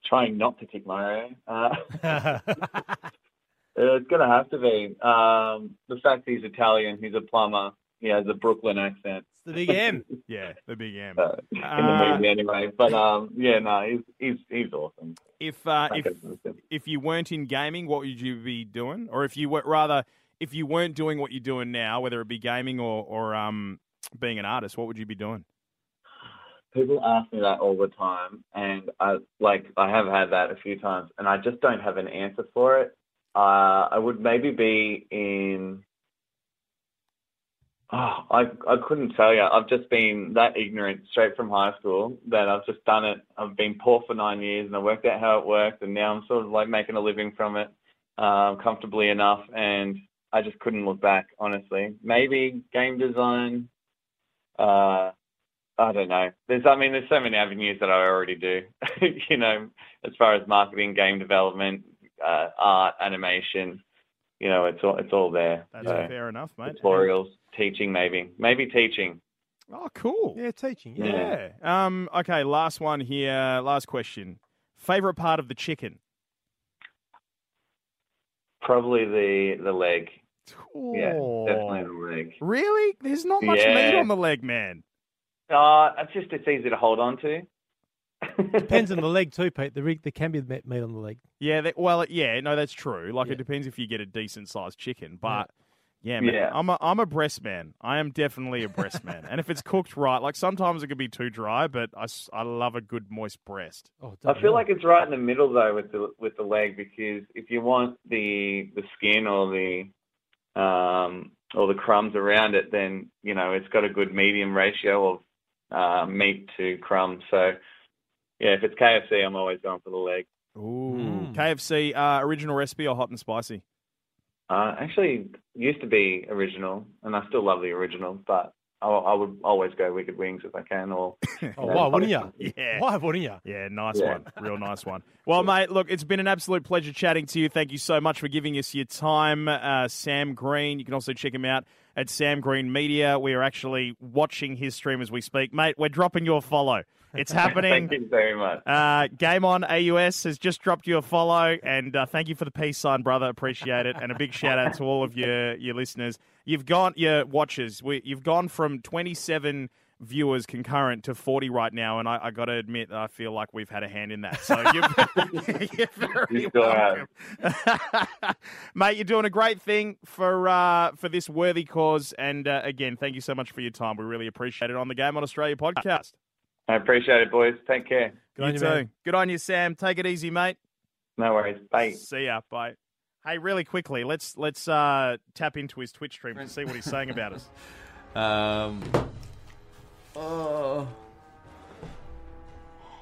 [SPEAKER 8] Trying not to tick Mario. Uh,
[SPEAKER 4] yeah,
[SPEAKER 8] it's gonna have to be um, the fact he's Italian. He's a plumber. He has a Brooklyn accent
[SPEAKER 4] it's the big M.
[SPEAKER 1] Yeah, the big M.
[SPEAKER 8] uh, in the
[SPEAKER 1] Uh,
[SPEAKER 8] movie, anyway. But um, yeah, no, he's he's he's awesome.
[SPEAKER 1] If uh, if
[SPEAKER 8] Like,
[SPEAKER 1] if you weren't in gaming, what would you be doing? Or if you were rather, if you weren't doing what you're doing now, whether it be gaming or or um, being an artist, what would you be doing?
[SPEAKER 8] people ask me that all the time and I like I have had that a few times and I just don't have an answer for it. Uh, I would maybe be in oh, I I couldn't tell you. I've just been that ignorant straight from high school that I've just done it. I've been poor for nine years and I worked out how it worked and now I'm sort of like making a living from it um, comfortably enough and I just couldn't look back honestly. Maybe game design uh I don't know. There's, I mean, there's so many avenues that I already do. you know, as far as marketing, game development, uh, art, animation. You know, it's all it's all there.
[SPEAKER 1] That's
[SPEAKER 8] So,
[SPEAKER 1] fair enough, mate.
[SPEAKER 8] tutorials, teaching, maybe, maybe teaching.
[SPEAKER 1] Oh, cool.
[SPEAKER 4] Yeah, teaching. Yeah.
[SPEAKER 1] Yeah. Um. Okay. Last one here. Last question. Favorite part of the chicken?
[SPEAKER 8] Probably the the leg. Yeah,
[SPEAKER 1] Oh.
[SPEAKER 8] definitely the leg.
[SPEAKER 1] Really? There's not much
[SPEAKER 8] Yeah.
[SPEAKER 1] meat on the leg, man.
[SPEAKER 8] Uh, it's just it's easy to hold on to.
[SPEAKER 4] Depends on the leg too, Pete. The rig, there can be me- meat on the leg.
[SPEAKER 1] Yeah. That, well. Yeah. No, that's true. Like
[SPEAKER 4] Yeah.
[SPEAKER 1] it depends if you get a decent sized chicken, but. Yeah, man.
[SPEAKER 8] Yeah.
[SPEAKER 1] I'm a I'm a breast man. I am definitely a breast man. and if it's cooked right, like sometimes it can be too dry, but I, s- I love a good moist breast.
[SPEAKER 4] Oh,
[SPEAKER 8] I feel like it's right in the middle though with the with the leg because if you want the the skin or the um or the crumbs around it, then you know it's got a good medium ratio of uh, meat to crumbs. So yeah, if it's KFC, I'm always going for the leg.
[SPEAKER 1] Ooh.
[SPEAKER 4] Mm.
[SPEAKER 1] KFC uh, original recipe or hot and spicy?
[SPEAKER 8] Uh, actually, used to be original, and I still love the original, but I, I would always go Wicked Wings if I can. Or
[SPEAKER 4] Oh, why wouldn't you?
[SPEAKER 1] Yeah.
[SPEAKER 4] Why wouldn't you?
[SPEAKER 1] Yeah, nice
[SPEAKER 8] Yeah.
[SPEAKER 1] one. Real nice one. Well, mate, look, it's been an absolute pleasure chatting to you. Thank you so much for giving us your time. Uh, Sam Green, you can also check him out at Sam Green Media. We are actually watching his stream as we speak. Mate, we're dropping your follow. It's happening.
[SPEAKER 8] thank you very much.
[SPEAKER 1] Uh, Game On AUS has just dropped you a follow, and uh, thank you for the peace sign, brother. Appreciate it, and a big shout out to all of your your listeners. You've gone your watchers. We, you've gone from twenty seven viewers concurrent to forty right now, and I, I got to admit, I feel like we've had a hand in that. So you're, you're very
[SPEAKER 8] You sure
[SPEAKER 1] welcome, mate. You're doing a great thing for uh, for this worthy cause, and uh, again, thank you so much for your time. We really appreciate it on the Game On Australia podcast.
[SPEAKER 8] I appreciate it, boys. Take care.
[SPEAKER 4] Good on
[SPEAKER 1] you
[SPEAKER 4] you, man.
[SPEAKER 1] too. Good on you, Sam. Take it easy, mate.
[SPEAKER 8] No worries. Bye.
[SPEAKER 1] See ya. Bye. Hey, really quickly, let's let's uh, tap into his Twitch stream to see what he's saying about us.
[SPEAKER 9] Um. Oh. Uh,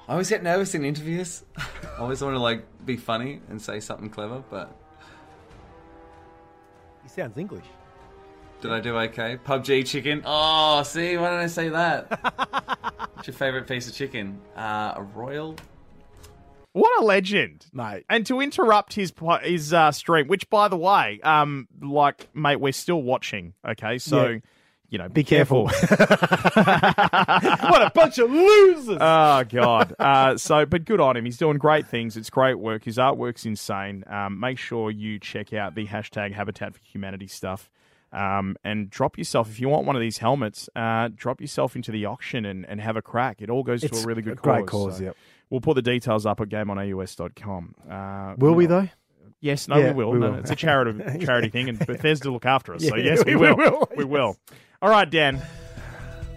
[SPEAKER 9] I always get nervous in interviews. I always want to like be funny and say something clever, but
[SPEAKER 4] He sounds English.
[SPEAKER 9] did I do okay? PUBG chicken. Oh, see, why don't I say that? What's your favorite piece of chicken? Uh, a royal.
[SPEAKER 1] What a legend,
[SPEAKER 4] Mate.
[SPEAKER 1] And to interrupt his po- his uh, stream, which by the way, um, like mate, we're still watching. Okay, so
[SPEAKER 4] Yeah.
[SPEAKER 1] you know, be,
[SPEAKER 4] Be careful.
[SPEAKER 1] what a bunch of losers! Oh god. Uh, so, but good on him. He's doing great things. It's great work. His artwork's insane. Um, make sure you check out the hashtag Habitat for Humanity stuff. Um, and drop yourself if you want one of these helmets. Uh, drop yourself into the auction and, and have a crack. It all goes
[SPEAKER 4] It's
[SPEAKER 1] to a really good
[SPEAKER 4] a great
[SPEAKER 1] cause.
[SPEAKER 4] cause,
[SPEAKER 1] so
[SPEAKER 4] yep.
[SPEAKER 1] We'll put the details up at gameonaus.com. Uh,
[SPEAKER 4] Will
[SPEAKER 1] you
[SPEAKER 4] we
[SPEAKER 1] know-
[SPEAKER 4] though?
[SPEAKER 1] Yes, no,
[SPEAKER 4] Yeah,
[SPEAKER 1] we will.
[SPEAKER 4] we
[SPEAKER 1] No,
[SPEAKER 4] will.
[SPEAKER 1] It's a charity charity thing, and Bethesda look after us. so
[SPEAKER 4] Yeah,
[SPEAKER 1] yes, we,
[SPEAKER 4] we
[SPEAKER 1] will.
[SPEAKER 4] will.
[SPEAKER 1] We will. All right, Dan.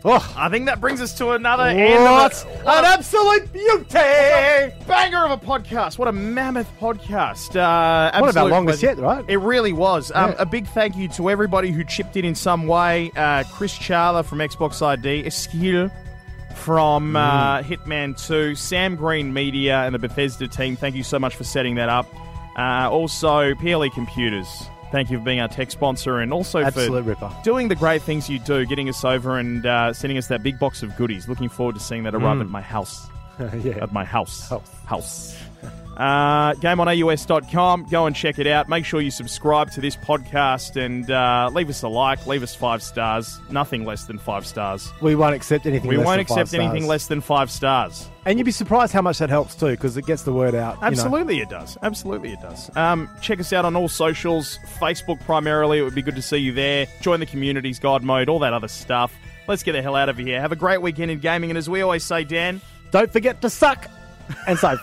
[SPEAKER 4] Oh.
[SPEAKER 1] I think that brings us to another end of
[SPEAKER 4] What?
[SPEAKER 1] it. Oh,
[SPEAKER 4] An absolute beauty!
[SPEAKER 1] banger of a podcast. What a mammoth podcast. Uh,
[SPEAKER 4] One of our
[SPEAKER 1] absolute
[SPEAKER 4] longest
[SPEAKER 1] pleasure.
[SPEAKER 4] yet, right?
[SPEAKER 1] It really was. Um,
[SPEAKER 4] Yeah.
[SPEAKER 1] A big thank you to everybody who chipped in in some way. Uh, Chris Charla from Xbox ID, Eskil from uh,
[SPEAKER 4] Mm.
[SPEAKER 1] Hitman 2, Sam Green Media, and the Bethesda team. Thank you so much for setting that up. Uh, also, PLE Computers. Thank you for being our tech sponsor and also for
[SPEAKER 4] Absolute ripper.
[SPEAKER 1] doing the great things you do, getting us over and uh, sending us that big box of goodies. Looking forward to seeing that
[SPEAKER 4] Mm.
[SPEAKER 1] arrive at my house
[SPEAKER 4] yeah.
[SPEAKER 1] at my house.
[SPEAKER 4] House.
[SPEAKER 1] House. Uh, GameOnAUS.com. Go and check it out. Make sure you subscribe to this podcast and uh, leave us a like. Leave us five stars. Nothing less than five stars.
[SPEAKER 4] We won't accept anything.
[SPEAKER 1] We
[SPEAKER 4] less
[SPEAKER 1] won't
[SPEAKER 4] than five
[SPEAKER 1] accept anything
[SPEAKER 4] stars.
[SPEAKER 1] less than five stars.
[SPEAKER 4] And you'd be surprised how much that helps too, because it gets the word out. you know.
[SPEAKER 1] Absolutely, it does. Absolutely, it does. Um, check us out on all socials Facebook primarily. It would be good to see you there. Join the communities, God mode, all that other stuff. Let's get the hell out of here. Have a great weekend in gaming. And as we always say, Dan,
[SPEAKER 4] Don't forget to suck and save.